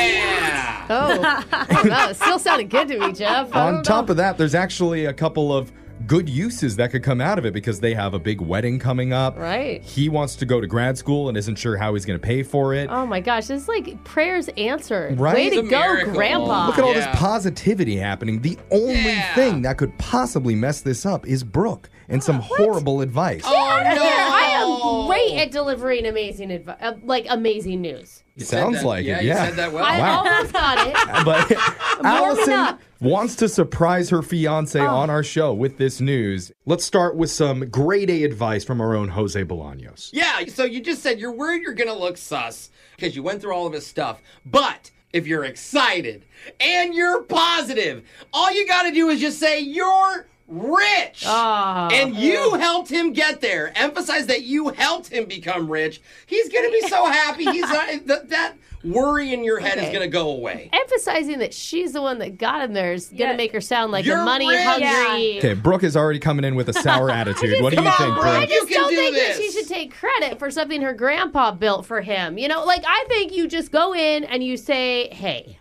B: Oh, wow, it still sounded good to me, Jeff. I
C: on
B: don't
C: top
B: know.
C: of that, there's actually a couple of good uses that could come out of it because they have a big wedding coming up.
B: Right.
C: He wants to go to grad school and isn't sure how he's going to pay for it.
B: Oh my gosh, this is like prayers answered.
C: Right?
B: Way
C: It's
B: to
C: a
B: go,
A: miracle.
B: Grandpa.
C: Look at all
A: Yeah.
C: this positivity happening. The only
A: Yeah.
C: thing that could possibly mess this up is Brooke and some horrible advice.
A: Oh no.
B: I am great at delivering amazing advice, uh, like amazing news.
C: It
A: said
C: sounds
A: that-
C: like
A: yeah,
C: it.
A: you
C: Yeah.
A: said that well.
B: I
C: Wow.
B: almost got it.
C: but Allison
B: up.
C: wants to surprise her fiance on our show with this news. Let's start with some grade A advice from our own Jose Bolaños.
A: Yeah, so you just said you're worried you're gonna look sus because you went through all of his stuff. But if you're excited and you're positive, all you gotta do is just say you're rich.
B: Oh,
A: And you helped him get there. Emphasize that you helped him become rich. He's gonna be so happy. He's not, th- that worry in your head is
B: Okay.
A: gonna go away.
B: Emphasizing that she's the one that got him there is going to
G: Yeah.
B: make her sound like
A: You're
B: a money
A: rich.
B: hungry.
C: Okay, Brooke is already coming in with a sour attitude. What do you
A: Come
C: think,
A: on, Brooke.
C: Brooke?
B: I just
A: You can
B: don't
A: do
B: think that she
A: this.
B: should take credit for something her grandpa built for him. You know, like I think you just go in and you say, "Hey,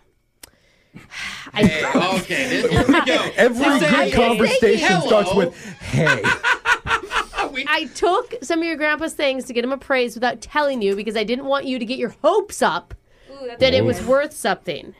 A: Hey, okay, this, here we go.
C: Every good conversation starts with, hey.
A: Oh,
B: I took some of your grandpa's things to get him appraised without telling you because I didn't want you to get your hopes up that it was
A: nice.
B: worth something.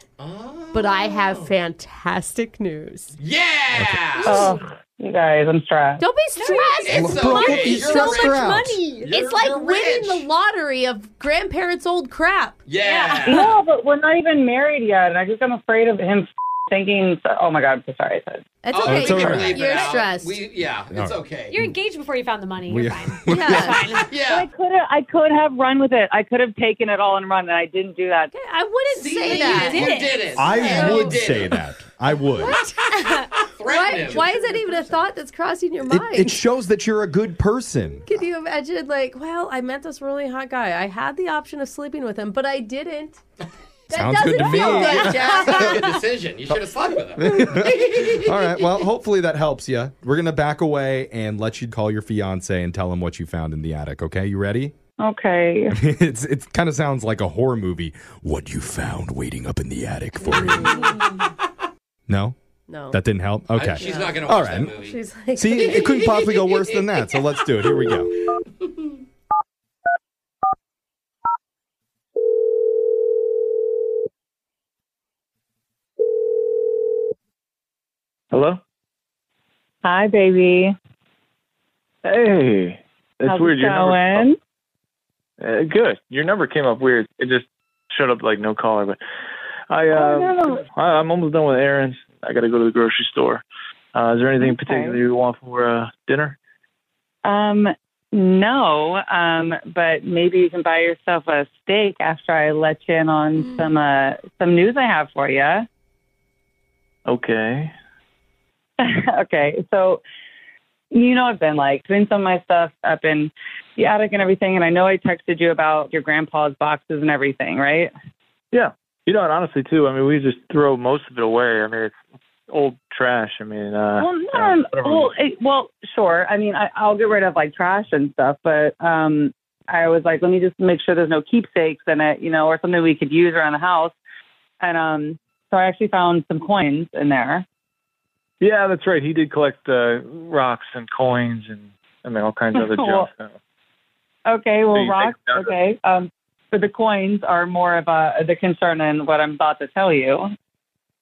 B: But I have fantastic news.
A: Oh. Yeah.
Q: Oh, you guys, I'm stressed.
B: Don't be stressed.
Q: it's
B: it's
Q: okay.
B: money.
Q: You're
B: It's so
Q: rich.
B: much money.
Q: You're-
B: it's like
Q: you're
B: winning the lottery of grandparents' old crap.
A: Yeah.
Q: No, but we're not even married yet, and I just am afraid of him thinking. Oh my god, I'm so sorry. I said.
B: That's
A: Oh,
B: okay.
A: we can
B: You're-
A: leave it
B: you're
A: out.
B: stressed.
A: We, yeah, it's
Q: All right.
A: okay.
G: You're engaged before you found the money.
Q: We-
G: You're fine.
B: Yeah.
A: yeah.
Q: I could have. I could have run with it. I could have taken it all and run, and I didn't do that.
B: I wouldn't say that.
A: You did it.
J: I
B: Yeah.
J: would say that. I would.
B: Why, why is that even a thought that's crossing your
C: It,
B: mind?
C: it shows that you're a good person.
B: Can you imagine, like, well, I met this really hot guy. I had the option of sleeping with him, but I didn't. That
C: Sounds good to
B: doesn't
C: me.
B: feel good, Jack.
A: Good decision. You should have slept with him.
C: All right. Well, hopefully that helps you. We're going to back away and let you call your fiance and tell him what you found in the attic. Okay. You ready?
Q: Okay.
C: it's it kind of sounds like a horror movie. What you found waiting up in the attic for you? no.
B: No.
C: That didn't help. Okay.
A: I- she's not gonna
C: All
A: watch
C: right.
A: that movie.
B: She's like-
C: See, it couldn't possibly go worse than that. So let's do it. Here we go.
R: Hello?
Q: Hi, baby.
R: Hey. It's
Q: How's
R: weird.
Q: It
R: Your number,
Q: going?
R: uh, good. Your number came up weird. It just showed up like no caller. But I, uh,
Q: no.
R: I, I'm almost done with errands. I got to go to the grocery store. Uh, is there anything in particular you want for uh, dinner?
Q: Um, no. Um, but maybe you can buy yourself a steak after I let you in on some uh some news I have for you.
R: Okay.
Q: okay, so you know I've been like doing some of my stuff up in the attic and everything, and I know I texted you about your grandpa's boxes and everything, right?
R: Yeah. You know, and honestly, too, I mean, we just throw most of it away. I mean, it's old trash. I mean, uh,
Q: well,
R: you
Q: no,
R: know, whatever we-
Q: well, it, well, sure. I mean, I, I'll get rid of like trash and stuff, but um, I was like, let me just make sure there's no keepsakes in it, you know, or something we could use around the house. And um, so I actually found some coins in there.
R: Yeah, that's right. He did collect uh, rocks and coins and I mean all kinds of other
Q: Well,
R: junk.
Q: Okay,
R: So
Q: well,
R: you
Q: rocks.
R: take it
Q: Okay, um, but the coins are more of uh the concern in what I'm about to tell you.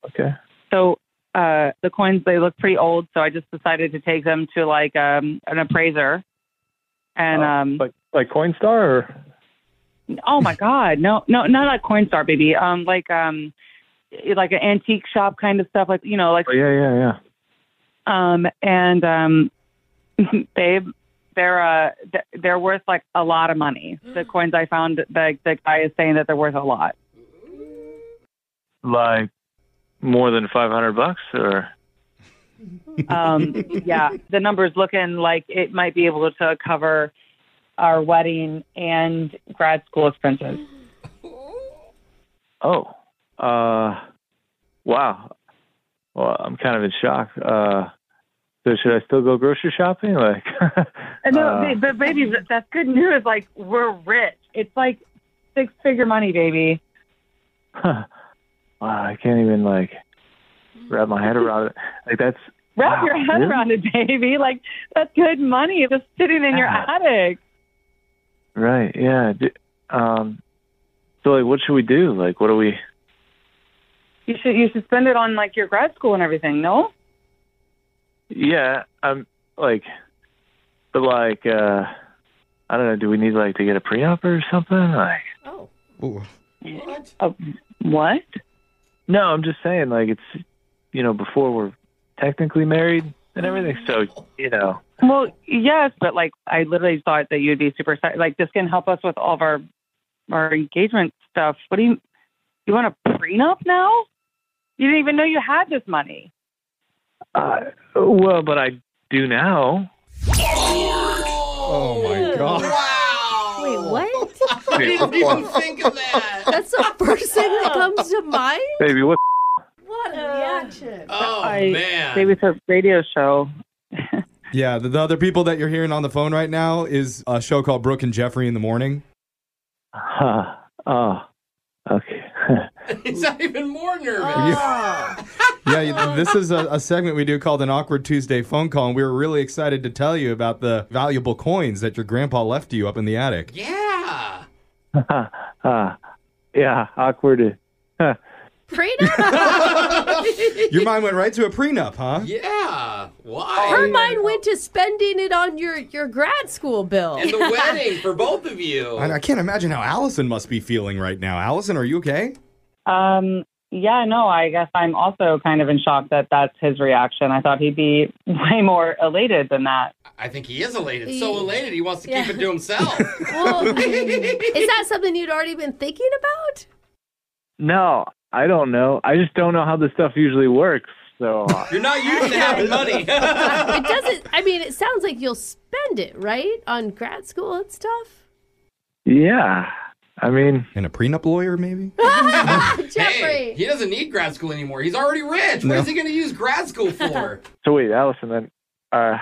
R: Okay.
Q: So uh, the coins they look pretty old, so I just decided to take them to like um, an appraiser. And
R: Oh,
Q: um,
R: like like Coinstar. Or?
Q: Oh my God, no, no, not like Coinstar, baby. Um, like um, like an antique shop kind of stuff, like you know, like
R: Oh, yeah, yeah, yeah.
Q: um, and um, babe, they're uh, th- they're worth like a lot of money. The coins I found, the the guy is saying that they're worth a lot.
R: Like more than five hundred bucks or
Q: Um, yeah, the numbers looking like it might be able to cover our wedding and grad school expenses.
R: oh. Uh wow. Well, I'm kind of in shock. Uh so should I still go grocery shopping? Like
Q: And No,
R: Uh,
Q: ba- but baby, th- that's good news. Like we're rich. It's like six figure money, baby.
R: wow, I can't even like wrap my head around it. Like that's
Q: Wrap
R: wow,
Q: your head
R: really?
Q: around it, baby. Like that's good money just sitting in your
R: Uh-huh.
Q: attic.
R: Right. Yeah. D- Um. So, like, what should we do? Like, what do we?
Q: You should you should spend it on like your grad school and everything. No,
R: Yeah. Um. Like, but like, uh, I don't know. Do we need like to get a pre-op or something? Like,
A: Oh, What?
Q: what?
R: No, I'm just saying. Like, it's you know before we're technically married and everything. So you know.
Q: Well, yes, but like I literally thought that you'd be super excited. Like this can help us with all of our our engagement stuff. What do you you want a prenup now? You didn't even know you had this money.
R: Uh, well, but I do now.
C: Oh my
B: Wait, what?
A: I didn't even think of that.
B: That's the first thing that comes to mind.
R: Baby, what?
B: What a reaction!
A: Oh
Q: I-
A: man.
Q: Maybe it's a radio show.
C: Yeah, the, the other people that you're hearing on the phone right now is a show called Brooke and Jeffrey in the Morning.
R: Huh. Oh. Okay.
A: It's not even more nervous.
D: Oh.
C: Yeah, you- this is a, a segment we do called an Awkward Tuesday phone call, and we were really excited to tell you about the valuable coins that your grandpa left you up in the attic.
A: Yeah.
R: uh, yeah, awkward. Huh.
C: Your mind went right to a prenup, huh?
A: Yeah. Why?
D: Her mind went to spending it on your, your grad school bill.
A: And the wedding for both of you.
C: I, I can't imagine how Allison must be feeling right now. Allison, are you okay?
Q: Um, yeah, no, I guess I'm also kind of in shock that that's his reaction. I thought he'd be way more elated than that.
A: I think he is elated. So elated, he wants to keep it to himself.
D: Well, is that something you'd already been thinking about?
R: No, I don't know. I just don't know how this stuff usually works. So
A: You're not used to having money.
D: it doesn't. I mean, it sounds like you'll spend it right on grad school and stuff.
R: yeah, I mean,
C: and a prenup lawyer maybe.
A: Hey, he doesn't need grad school anymore. He's already rich. What
R: No.
A: is he going to use grad school for?
R: So wait, Allison, then uh,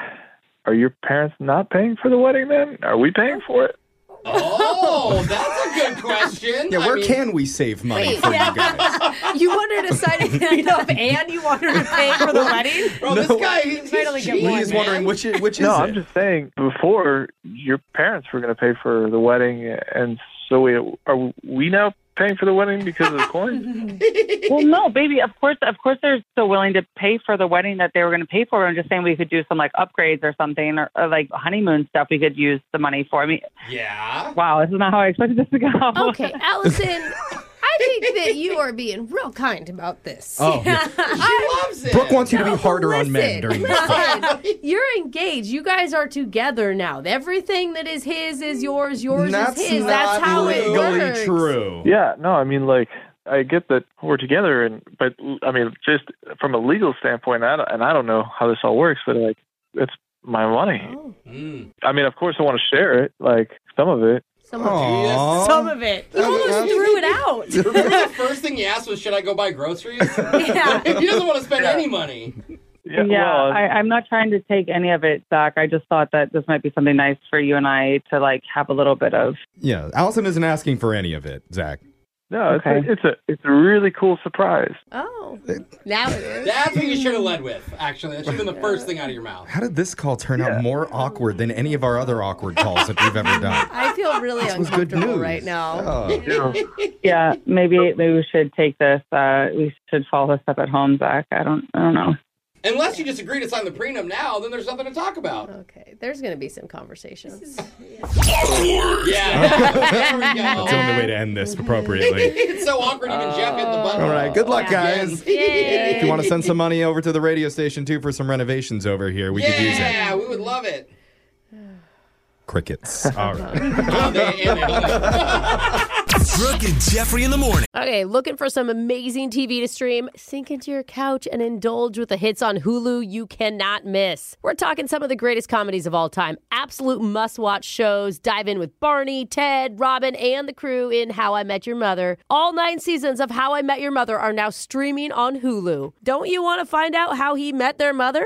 R: are your parents not paying for the wedding? Then are we paying for it?
A: oh, that's a good question.
C: Yeah,
A: I
C: where
A: mean-
C: can we save money for you guys?
D: you want her to sign it up, and you want her to pay for the wedding?
A: Bro, this guy, he's,
C: He's wondering which i- which is
R: no,
C: it?
R: I'm just saying. Before your parents were going to pay for the wedding, and so wait, are we now paying for the wedding because of the coin?
Q: well, no, baby. Of course, of course, they're still willing to pay for the wedding that they were going to pay for. I'm just saying we could do some like upgrades or something, or, or like honeymoon stuff. We could use the money for. I mean,
A: yeah.
Q: Wow, this is not how I expected this to go.
D: Okay, Allison, I think that you are being real kind about this.
C: Oh, yeah.
D: I-
C: Brooke wants you to be harder on
D: Listen,
C: men during this.
D: listen, you're engaged. You guys are together now. Everything that is his is yours. Yours is his. That's how it works.
C: true.
R: Yeah, no, I mean, like, I get that we're together, and but I mean, just from a legal standpoint, I don't, and I don't know how this all works, but like, it's my money.
B: Oh.
R: I mean, of course, I want to share it, like some of it.
D: Some
R: Aw.
D: Some of it. You almost threw it out.
A: Remember the first thing you asked was, should I go buy groceries? Yeah. he doesn't want to spend any money.
Q: Yeah, I, I'm not trying to take any of it back. I just thought that this might be something nice for you and I to like have a little bit of.
C: Yeah, Allison isn't asking for any of it, Zach.
R: No, it's, a, it's a it's a really cool surprise.
D: Oh. Now it is.
A: That's what you should have led with, actually. That should have been the first thing out of your mouth.
C: How did this call turn out more awkward than any of our other awkward calls that we've ever done?
D: I feel really uncomfortable right now.
A: Oh.
Q: yeah, maybe maybe we should take this. Uh, we should follow this up at home, Zach. I don't I don't know.
A: Unless you just agree to sign the prenup now, then there's nothing to talk about. Okay.
D: There's going to be some conversations.
A: Yeah.
C: That's the only way to end this appropriately.
A: it's so awkward. Even Jeff hit the button.
C: All right, good luck, guys.
A: Yay.
C: If you want to send some money over to the radio station too for some renovations over here, we could use it.
A: Yeah, we would love it.
C: Crickets. All right.
A: Oh,
E: Brooke and Jeffrey in the morning.
B: Okay, looking for some amazing TV to stream? Sink into your couch and indulge with the hits on Hulu you cannot miss. We're talking some of the greatest comedies of all time, absolute must watch shows. Dive in with Barney, Ted, Robin, and the crew in How I Met Your Mother. All nine seasons of How I Met Your Mother are now streaming on Hulu. Don't you want to find out how he met their mother?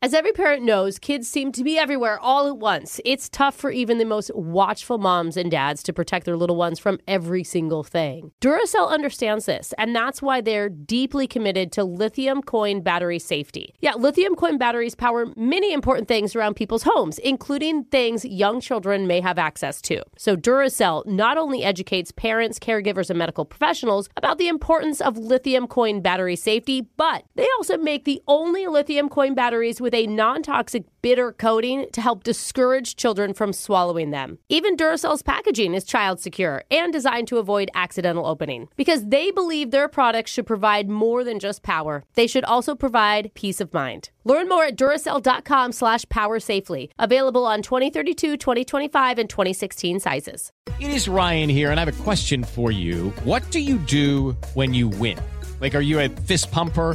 B: As every parent knows, kids seem to be everywhere all at once. It's tough for even the most watchful moms and dads to protect their little ones from every single thing. Duracell understands this, and that's why they're deeply committed to lithium coin battery safety. Yeah, lithium coin batteries power many important things around people's homes, including things young children may have access to. So Duracell not only educates parents, caregivers, and medical professionals about the importance of lithium coin battery safety, but they also make the only lithium coin batteries with a non toxic bitter coating to help discourage children from swallowing them. Even Duracell's packaging is child secure and designed to avoid accidental opening because they believe their products should provide more than just power. They should also provide peace of mind. Learn more at Duracell.com slash power safely. Available on 2032, 2025, and 2016 sizes.
M: It is Ryan here, and I have a question for you. What do you do when you win? Like, are you a fist pumper?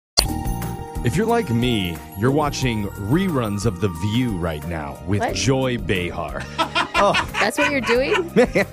C: If you're like me, you're watching reruns of The View right now with
B: What?
C: Joy Behar.
B: That's what you're doing?
C: Man,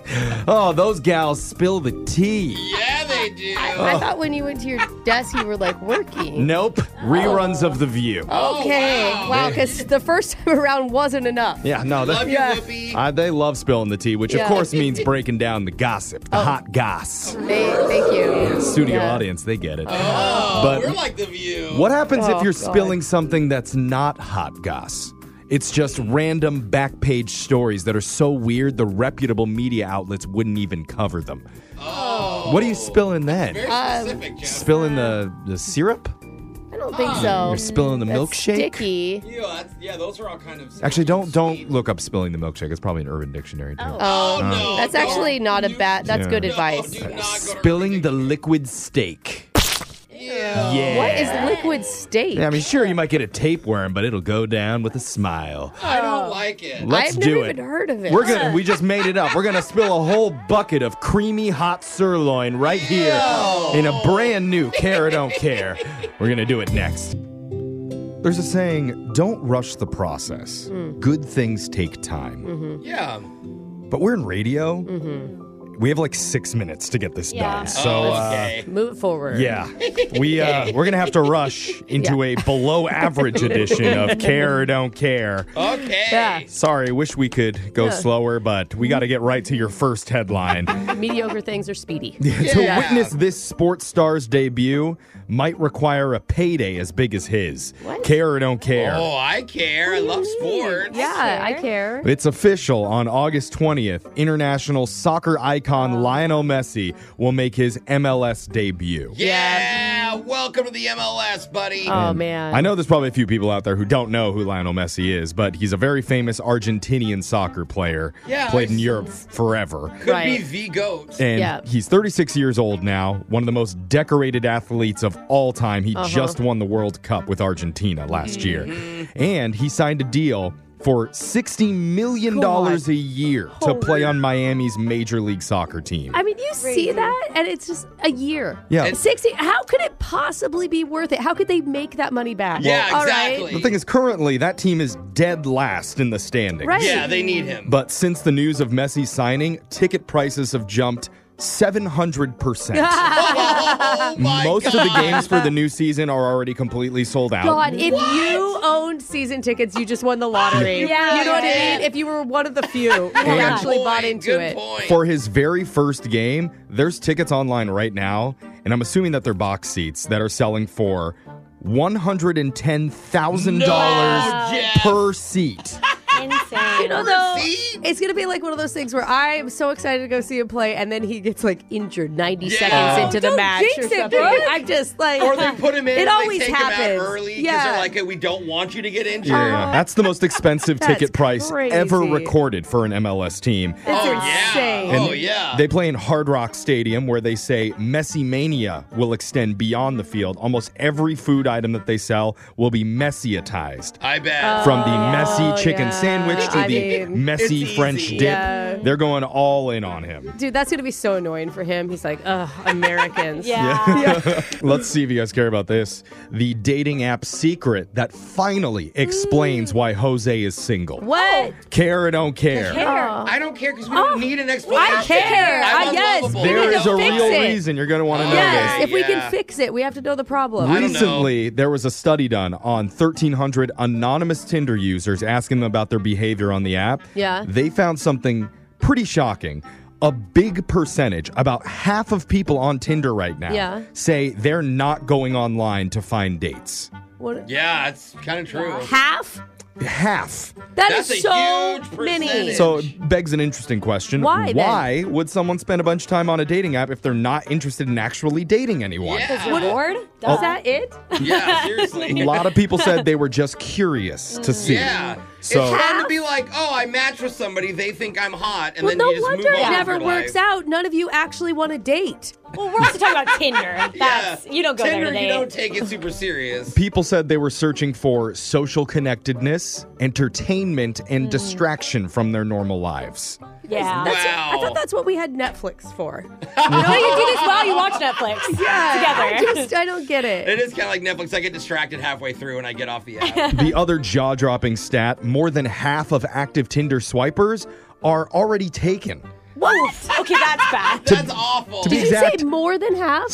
C: oh, those gals spill the tea.
B: Yeah, they do. I, I thought when you went to your desk, you were like working.
C: Nope,
A: Oh.
C: reruns of The View.
B: Okay.
C: wow.
B: Oh, wow, because the first time around wasn't enough.
C: Yeah, no, that-
B: Love you, Yeah. Whoopi.
C: Uh, they love spilling the tea, which
B: Yeah.
C: of course means breaking down the gossip, the hot goss.
B: Thank, thank you.
C: Studio
B: Yeah.
C: audience, they get it.
B: Oh,
C: but
B: we're like
C: the view. What happens
B: Oh,
C: if you're
B: God.
C: spilling something that's not hot goss? It's just random back page stories that are so weird the reputable media outlets wouldn't even cover them. Oh. What are you spilling then?
B: Um,
C: Spilling the, the syrup?
B: I don't think so.
C: You're spilling the milkshake?
B: Sticky.
A: yeah, those are all kind of.
C: Actually, don't don't look up spilling the milkshake. It's probably an Urban Dictionary. Too.
B: Oh,
C: Uh,
B: That's actually not a bad. That's
C: Yeah.
B: good advice.
C: Spilling the liquid steak. Yeah.
B: What is liquid steak?
C: Yeah, I mean, sure, you might get a tapeworm, but it'll go down with a smile.
B: I don't like it.
C: Let's
B: I've
C: do
B: never even
C: it.
B: heard of it.
C: We're gonna. We just made it up. We're gonna spill a whole bucket of creamy hot sirloin right here in a brand new care or don't care. We're gonna do it next. There's a saying: Don't rush the process.
B: Hmm.
A: Mm.
C: Good things take time.
B: Mm-hmm.
A: Yeah.
C: But we're in radio. We have like six minutes to get this done. So
B: Oh,
C: uh,
B: move it forward.
C: yeah, we uh, we're gonna have to rush into a below average edition of Care or Don't Care.
A: Okay.
C: Sorry, wish we could go
B: Yeah.
C: slower, but we got to get right to your first headline.
B: Mediocre things are speedy.
C: to witness this sports star's debut might require a payday as big as his. Care or don't care.
A: Oh, I care. I love sports.
B: Yeah, I care.
C: It's official on August 20th. International soccer icon Lionel Messi will make his MLS debut.
A: Yeah. Welcome to the MLS, buddy.
B: Oh,
C: And I know there's probably a few people out there who don't know who Lionel Messi is, but he's a very famous Argentinian soccer player.
A: Yeah,
C: played
A: I
C: in
A: see.
C: Europe f- forever.
A: Could be the goat.
C: And he's 36 years old now, one of the most decorated athletes of all time. He
A: Uh-huh.
C: just won the World Cup with Argentina last year.
A: Mm-hmm.
C: And he signed a deal for $60 million a year to play on Miami's Major League Soccer team.
B: I mean, you see that, and it's just a year.
C: Yeah. And-
B: sixty. How could it possibly be worth it? How could they make that money back? All right.
C: The thing is, currently, that team is dead last in the standings.
B: Right. Yeah, they need
A: him.
C: But since the news of Messi's signing, ticket prices have jumped 700%.
B: oh my
C: Most of the
B: God.
C: games for the new season are already completely sold out.
B: God, if you owned season tickets, you just won the lottery.
D: Yeah.
B: you know what I
D: Yeah.
B: mean. If you were one of the few who actually bought into it,
C: For his very first game, there's tickets online right now, and I'm assuming that they're box seats that are selling for $110,000 per seat.
G: Insane.
B: You know, though, it's gonna be like one of those things where I'm so excited to go see him play, and then he gets like injured 90
D: Yeah.
B: seconds
D: Oh,
B: into the
D: don't
B: match
D: jinx
B: or
D: it,
B: something.
D: Brooke.
B: I'm just like,
A: Or they put him in.
B: It
A: and
B: always
A: they take
B: happens.
A: Him out early because
B: yeah. Uh-huh.
A: they're like, "Hey, we don't want you to get injured.
C: Yeah, yeah. that's the most expensive
A: That's
C: ticket price ever
A: crazy.
C: recorded for an MLS team.
A: oh yeah.
C: And
A: Oh yeah.
C: They play in Hard Rock Stadium where they say Messi Mania will extend beyond the field. Almost every food item that they sell will be Messiatized.
A: I bet.
C: From the messy chicken
B: yeah.
C: sandwich to
B: I
C: the
B: mean, it's
C: messy
B: easy.
C: French dip.
B: Yeah.
C: They're going all in on him.
B: Dude, that's gonna be so annoying for him. He's like, ugh, Americans.
C: Let's see if you guys care about this. The dating app secret that finally explains why Jose is single.
B: What?
C: Care or don't care.
A: Oh. I don't care because we don't need an explanation.
B: I care. I-
A: I'm
B: yes,
A: unlovable.
B: we
C: There
B: need
C: is
B: to
C: a
B: fix
C: real
B: it.
C: reason you're going to want to know
B: Yes,
C: this.
B: if we can fix it, we have to know the problem.
C: Recently, there was a study done on 1,300 anonymous Tinder users asking them about their behavior behavior on the app,
B: Yeah.
C: they found something pretty shocking. A big percentage, about half of people on Tinder right now,
B: Yeah.
C: say they're not going online to find dates.
B: What?
A: Yeah, it's kind of true.
B: Half?
C: Half.
B: That's
A: a
B: so
A: huge
B: many.
C: So it begs an interesting question.
B: Why, then?
C: Why would someone spend a bunch of time on a dating app if they're not interested in actually dating anyone?
B: Yeah.
G: What bored?
C: Oh.
G: Is that it?
A: Yeah, seriously.
C: A lot of people said they were just curious
B: Mm.
C: to see.
A: Yeah.
C: So
A: it's fun to be like, oh, I match with somebody, they think I'm hot, and
B: well,
A: then
B: no
A: you just
B: wonder
A: move
B: it
A: on with
B: never
A: your
B: works
A: life.
B: out. None of you actually want to date.
G: Well, we're also talking about Tinder. That's you don't go
A: Tinder,
G: there today.
A: you don't take it super serious.
C: people said they were searching for social connectedness, entertainment,
B: Mm.
C: and distraction from their normal lives.
G: Yeah.
B: That's it. I
A: Wow.
B: thought that's what we had Netflix for.
G: no, you do this while you watch Netflix.
B: yeah.
G: Together.
B: I just I don't get it.
A: It is kind of like Netflix. I get distracted halfway through and I get off the app.
C: the other jaw dropping stat more than half of active Tinder swipers are already taken.
G: What? Okay, that's bad.
A: That's awful.
C: To be exact,
B: Say more than half?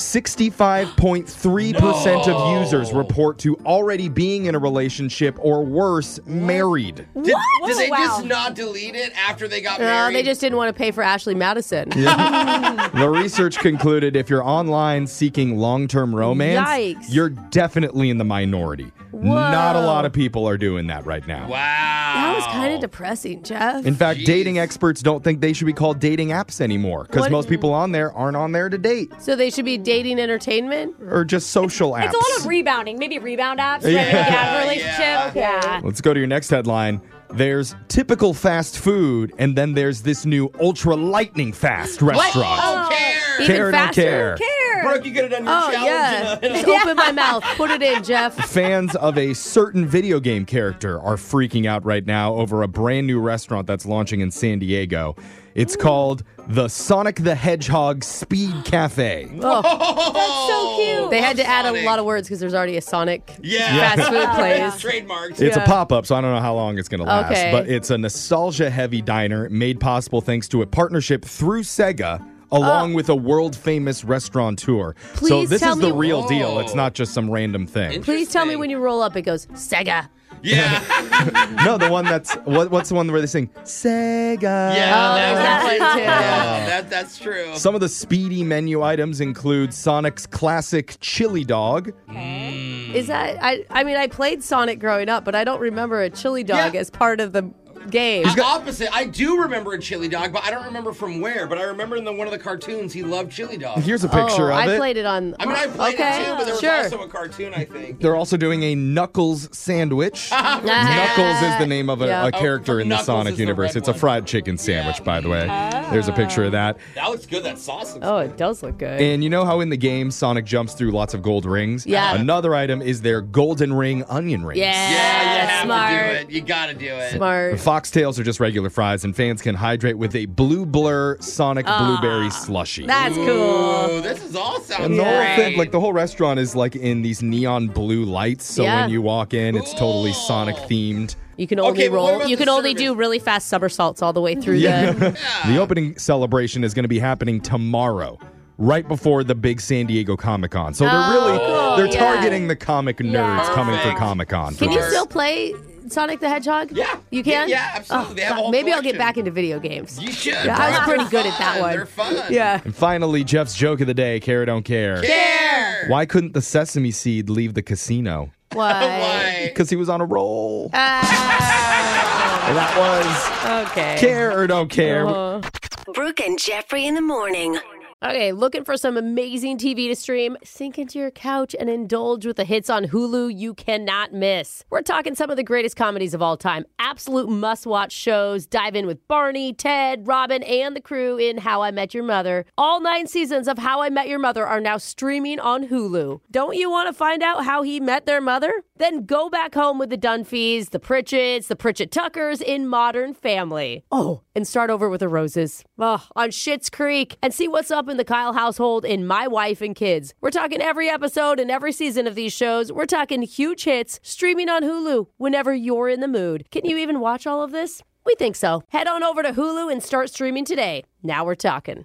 C: 65.3% of users report to already being in a relationship or worse, married.
A: Did,
B: What?
A: did they
B: Wow.
A: just not delete it after they got
B: No,
A: married?
B: they just didn't want to pay for Ashley Madison.
C: The research concluded if you're online seeking long term romance,
B: Yikes.
C: you're definitely in the minority. Not a
B: Whoa.
C: lot of people are doing that right now.
B: That was kind of depressing, Jeff.
C: In fact, dating experts don't think they should be called dating apps anymore because
B: What-
C: most people on there aren't on there to date
B: so they should be dating entertainment?
C: or just social apps.
G: It's a lot of rebounding. Maybe rebound apps. Yeah.
C: Yeah.
G: Right? Get out of a relationship. Yeah.
C: Let's go to your next headline. There's typical fast food, and then there's this new ultra lightning fast restaurant.
A: Oh, care.
B: Even
C: Care, don't
B: faster.
C: care.
A: Brooke, you could have done your
B: Oh,
A: challenge.
B: yeah.
A: in a-
B: Just open my mouth. Put it in, Jeff.
C: Fans of a certain video game character are freaking out right now over a brand new restaurant that's launching in San Diego. It's called the Sonic the Hedgehog Speed Cafe.
G: So cute.
B: Oh, They had to add a
A: Sonic.
B: lot of words because there's already a Sonic
A: Yeah.
B: fast food place.
A: It's trademarked.
C: It's a pop up, so I don't know how long it's going to last.
B: Okay.
C: But it's a nostalgia heavy diner made possible thanks to a partnership through Sega. Along with a world famous restaurateur. so
B: Oh. Please
C: this
B: tell
C: is the
B: me-
C: real deal.
B: Whoa.
C: It's not just some random thing.
B: Please tell me when you roll up, it goes Sega.
A: Yeah.
C: no, the one that's what, what's the one where they sing Sega.
A: Yeah,
B: Oh,
A: that
B: that
A: one
B: one
A: too.
B: too.
A: Yeah, that, that's true.
C: Some of the speedy menu items include Sonic's classic chili dog.
A: Hmm.
B: Is that I? I mean, I played Sonic growing up, but I don't remember a chili dog
A: Yeah.
B: as part of the game.
A: Uh, opposite. I do remember a chili dog, but I don't remember from where. But I remember in the, one of the cartoons, he loved chili dog.
C: Here's a picture of
B: oh, I
C: it.
B: played it on.
A: I mean, I played
B: okay,
A: it too, but there was
B: sure.
A: also a cartoon, I think.
C: They're also doing a Knuckles sandwich.
B: Ah.
C: Knuckles is the name of a,
B: Yeah.
C: a character
A: Oh,
C: in the
A: Knuckles
C: Sonic
A: is the
C: universe.
A: red
C: it's a
A: one. Ah.
C: fried chicken sandwich, by the way. There's a picture of that.
A: That looks good. That sauce looks
B: Oh, it does look good.
C: And you know how in the game Sonic jumps through lots of gold rings?
B: Yeah.
C: Another item is their golden ring onion rings.
B: yeah,
A: Yeah, you have
B: smart,
A: to do it. You gotta do it.
C: The
B: smart.
C: Foxtails are just regular fries, and fans can hydrate with a blue blur Sonic
A: Ah.
C: blueberry slushy.
B: That's cool.
A: Ooh, this is all sounds
C: and the whole
A: great.
C: thing, like the whole restaurant is like in these neon blue lights. So
B: Yeah.
C: when you walk in, it's totally Sonic themed.
B: You can only
A: Okay, but what
B: roll.
A: about
B: You
A: the
B: can only
A: service?
B: do really fast somersaults all the way through the.
C: The opening celebration is going to be happening tomorrow, right before the big San Diego Comic Con. So they're
B: Oh,
C: really
B: cool.
C: they're
B: Yeah.
C: targeting the comic nerds coming for
A: Perfect.
C: Comic Con.
B: Can you
A: Smart.
B: still play Sonic the Hedgehog?
A: Yeah.
B: you can.
A: Yeah, yeah, absolutely. They have a whole
B: maybe I'll get
A: collection.
B: back into video games.
A: You should.
B: Yeah, I was
A: They're
B: pretty good at that
A: fun.
B: one.
A: They're fun.
B: Yeah.
C: And finally, Jeff's joke of the day: Care don't care.
A: Care.
C: Why couldn't the sesame seed leave the casino?
B: Why?
A: Why?
C: Because he was on a roll.
B: Ah,
C: And that was
B: okay.
C: care or don't care.
B: Uh-huh.
K: Brooke and Jeffrey in the morning.
B: Okay, looking for some amazing TV to stream? Sink into your couch and indulge with the hits on Hulu you cannot miss. We're talking some of the greatest comedies of all time, absolute must watch shows. Dive in with Barney, Ted, Robin, and the crew in How I Met Your Mother. All nine seasons of How I Met Your Mother are now streaming on Hulu. Don't you want to find out how he met their mother? Then go back home with the Dunphys, the Pritchett's, the Pritchett Tuckers in Modern Family. Oh, and start over with the Roses. Ugh, on Schitt's Creek and see what's up in the Kyle household in My Wife and Kids. We're talking every episode and every season of these shows. We're talking huge hits streaming on Hulu whenever you're in the mood. Can you even watch all of this? We think so. Head on over to Hulu and start streaming today. Now we're talking.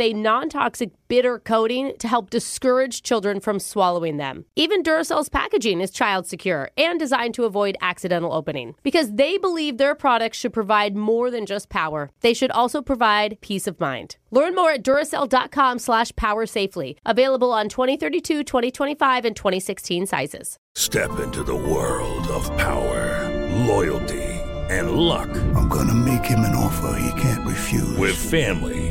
B: a non-toxic bitter coating to help discourage children from swallowing them. Even Duracell's packaging is child secure and designed to avoid accidental opening because they believe their products should provide more than just power. They should also provide peace of mind. Learn more at Duracell.com slash power safely. Available on 2032, 2025, and 2016 sizes.
S: Step into the world of power, loyalty, and luck.
T: I'm going to make him an offer he can't refuse.
S: With family,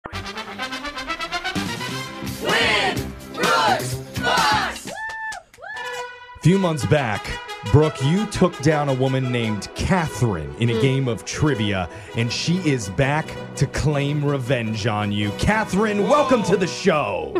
H: Win, Brooks, Fox.
C: A few months back, Brooke, you took down a woman named Catherine in a
D: Hmm.
C: game of trivia, and she is back to claim revenge on you. Catherine, welcome to the show.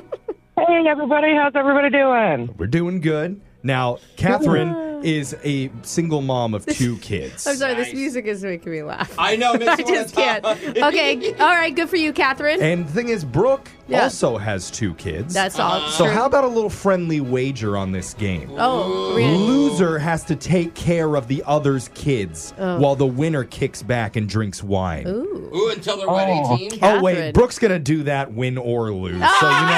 U: Hey everybody, how's everybody doing?
C: We're doing good. Now, Catherine is a single mom of two kids.
D: I'm sorry, this music is making me laugh.
A: I know, makes
D: I
A: me
D: just
A: wanna
D: can't. Okay, all right, good for you, Catherine.
C: And the thing is, Brooke
D: Yeah.
C: also has two kids.
D: That's all
C: So,
D: true.
C: how about a little friendly wager on this game?
D: Oh, we're gonna-
C: Loser has to take care of the other's kids
D: Oh.
C: while the winner kicks back and drinks wine.
A: Ooh. Ooh, until they're what, 18?
C: Oh, wait. Brooke's going to do that win or lose. so,
B: Ah!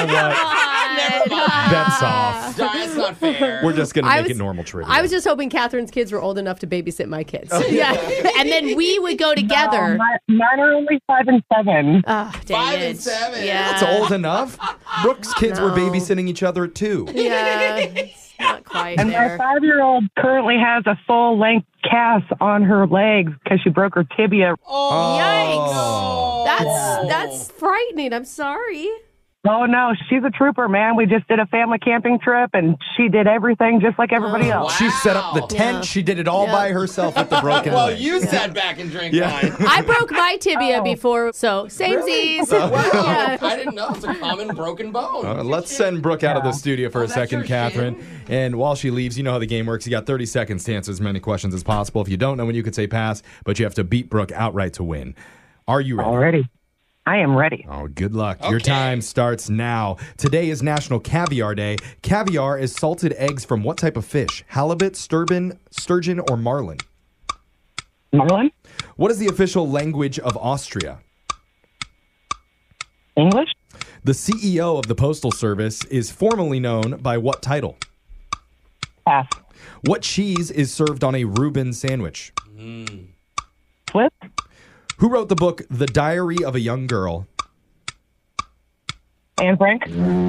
C: you know what?
A: Never mind.
C: That's off.
A: That's not fair.
C: We're just going to
D: I
C: make
D: was-
C: it normal trivia.
D: I was just hoping Catherine's kids were old enough to babysit my kids.
A: Oh,
D: yeah. and then we would go together.
U: No, my- mine are only five and seven.
D: Oh, dang Five and seven. Yeah.
C: That's old enough. Brooke's kids were babysitting each other at two.
D: Yeah. It's not quite
U: and my
D: there.
U: five-year-old currently has a full-length cast on her legs because she broke her tibia.
D: Oh, yikes. That's that's frightening. I'm sorry.
U: Oh no, she's a trooper, man. We just did a family camping trip, and she did everything just like everybody
A: Oh,
U: else.
C: She set up the tent. She did it all by herself with the broken
A: well,
C: leg.
A: you sat back and drank
C: Yeah.
A: wine.
D: I broke my tibia
U: Oh.
D: before, so same Z's.
A: Wow.
D: Yeah.
A: I didn't know it's a common broken bone.
C: Uh, let's send Brooke out of the studio for a second, Catherine. And while she leaves, you know how the game works. You got 30 seconds to answer as many questions as possible. If you don't know when you could say pass, but you have to beat Brooke outright to win. Are you ready?
U: Already. I am ready.
C: Oh, good luck. Your time starts now. Today is National Caviar Day. Caviar is salted eggs from what type of fish? Halibut, sturgeon, sturgeon, or marlin?
U: Marlin?
C: What is the official language of Austria?
U: English?
C: The CEO of the Postal Service is formally known by what title?
U: Pass.
C: What cheese is served on a Reuben sandwich?
U: Swiss?
C: Who wrote the book The Diary of a Young Girl?
U: Anne Frank?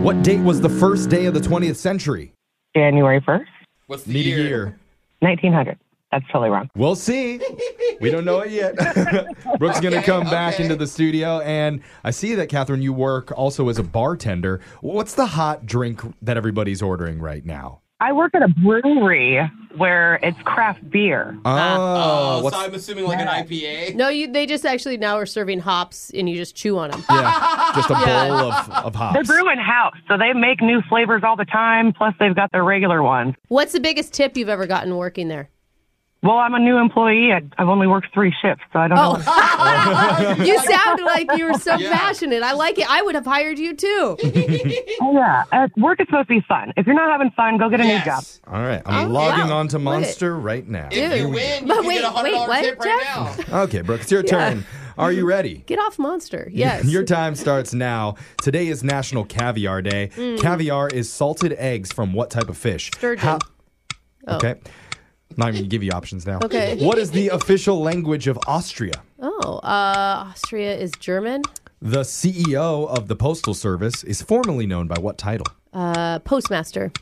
C: What date was the first day of the 20th century?
U: January first,
A: What's
C: the Need year? a year.
U: nineteen hundred. That's totally wrong.
C: We'll see. We don't know it yet. Brooke's going to come back into the studio. And I see that, Catherine, you work also as a bartender. What's the hot drink that everybody's ordering right now?
U: I work at a brewery where it's craft beer.
C: Oh,
A: Oh,
C: what's,
A: so I'm assuming like an IPA.
D: No, you. They just actually now are serving hops, and you just chew on them.
C: yeah, just a bowl
D: Yeah.
C: of, of hops.
U: They're brewing house, so they make new flavors all the time. Plus, they've got their regular ones.
D: What's the biggest tip you've ever gotten working there?
U: Well, I'm a new employee. I, I've only worked three shifts, so I don't know.
B: Oh.
D: you sounded like you were so passionate. I like it. I would have hired you too.
U: Oh, yeah, uh, work is supposed to be fun. If you're not having fun, go get a
C: Yes.
U: new job.
C: All right, I'm
U: Oh,
C: logging
U: wow.
C: on to
U: Quit it.
C: Monster right now.
U: If you win,
D: But wait, wait, what? Jeff?
C: Okay, Brooke, it's your
D: Yeah.
C: turn. Are you ready?
D: Get off Monster. Yes.
C: Your time starts now. Today is National Caviar Day.
D: Mm.
C: Caviar is salted eggs from what type of fish?
D: Sturgeon. Oh.
C: Okay. Not even gonna give you options now.
D: Okay.
C: What is the official language of Austria?
D: Oh, uh, Austria is German.
C: The CEO of the Postal Service is formerly known by what title?
D: Uh, postmaster,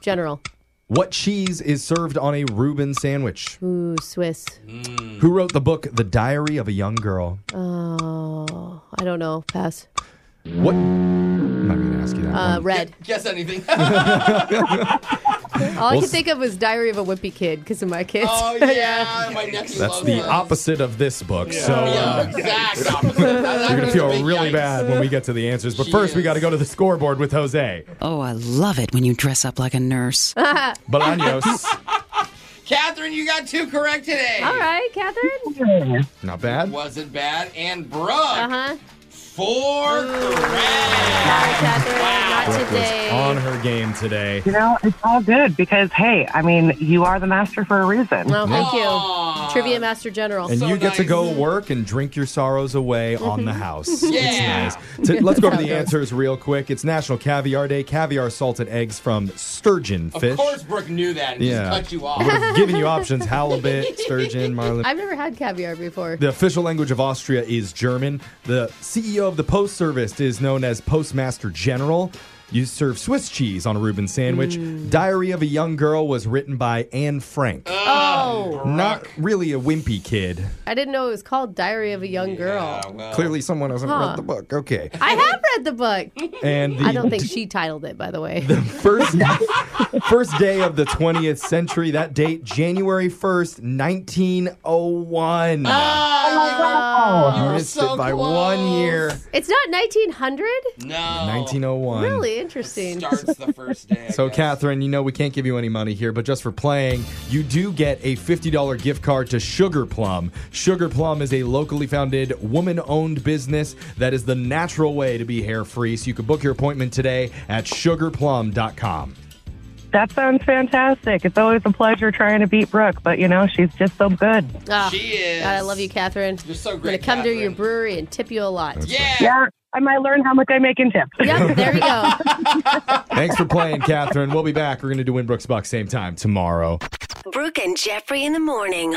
D: general.
C: What cheese is served on a Reuben sandwich?
D: Ooh, Swiss.
U: Mm.
C: Who wrote the book The Diary of a Young Girl?
D: Oh, I don't know. Pass.
C: What? I'm not gonna ask you that.
D: Uh, red.
A: Guess anything.
D: All I
C: Well,
D: could
C: s-
D: think of was Diary of a Wimpy Kid because of my kids.
A: Oh, yeah, my nephew
C: That's
A: loves
C: the
A: that.
C: opposite of this book.
A: Yeah.
C: So
A: Yeah,
C: uh,
A: exact opposite. That-
C: you're gonna
A: that
C: feel
A: was a big
C: really
A: yikes.
C: bad when we get to the answers. But first, we got to go to the scoreboard with Jose
V: Oh, I love it when you dress up like a nurse.
C: Bolaños.
A: Catherine, you got two correct today.
D: All right, Catherine.
C: Not bad.
A: Wasn't bad. And Brooke. Uh-huh. Four
D: correct.
C: Brooke was on her game today.
U: You know, it's all good because, hey, I mean, you are the master for a reason.
D: Oh, thank you. Trivia Master General.
C: And you get to go work and drink your sorrows away
D: Mm-hmm.
C: on the house.
D: Yeah.
C: It's nice. To- let's go to the answers real quick. It's National Caviar Day. Caviar salted eggs from sturgeon
A: Of
C: fish.
A: course Brooke knew that and
C: yeah.
A: just cut you off.
C: Would have given you options: halibut, sturgeon, marlin.
D: I've never had caviar before.
C: The official language of Austria is German. The CEO of the Post Service is known as Postmaster General. You serve Swiss cheese on a Reuben sandwich.
D: Mm.
C: Diary of a Young Girl was written by Anne Frank.
D: Oh,
C: Not really a wimpy kid.
D: I didn't know it was called Diary of a Young Girl.
C: Clearly, someone hasn't
D: Uh, Huh.
C: read the book. Okay.
D: I have read the book.
C: And the-
D: I don't think she titled it, by the way.
C: First, first day of the 20th century. That date, January 1st, 1901.
D: Ah, Oh,
C: Ah, you missed it by one year.
D: It's not 1900?
B: Oh.
A: No.
C: 1901.
D: Really interesting.
A: Starts the first day.
C: So, Catherine, you know we can't give you any money here, but just for playing, you do get a $50 gift card to Sugar Plum. Sugar Plum is a locally founded, woman owned business that is the natural way to be hair free. So, you can book your appointment today at sugarplum.com.
U: That sounds fantastic. It's always a pleasure trying to beat Brooke, but, you know, she's just so good.
D: she is. Ah. God, I love you, Catherine. You're so great. I'm gonna come to your brewery and tip you a lot.
A: Yeah.
U: Yeah, I might learn how much I make in tips.
D: Yep, there you go.
C: Thanks for playing, Catherine. We'll be back. We're going to do Winbrook's Buck same time tomorrow.
K: Brooke and Jeffrey in the morning.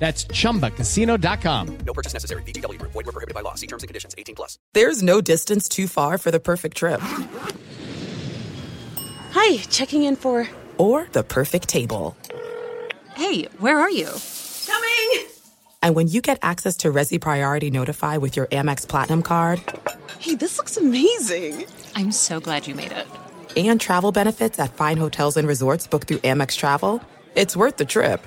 M: That's chumbacasino.com.
N: No purchase necessary. VGW Group. Void were prohibited by law. See terms and conditions. 18 plus.
W: There's no distance too far for the perfect trip.
F: Hi, checking in for.
W: Or the perfect table.
F: Hey, where are you? Coming!
W: And when you get access to Resi Priority Notify with your Amex Platinum card
F: Hey, this looks amazing! I'm so glad you made it.
W: and travel benefits at fine hotels and resorts booked through Amex Travel, it's worth the trip.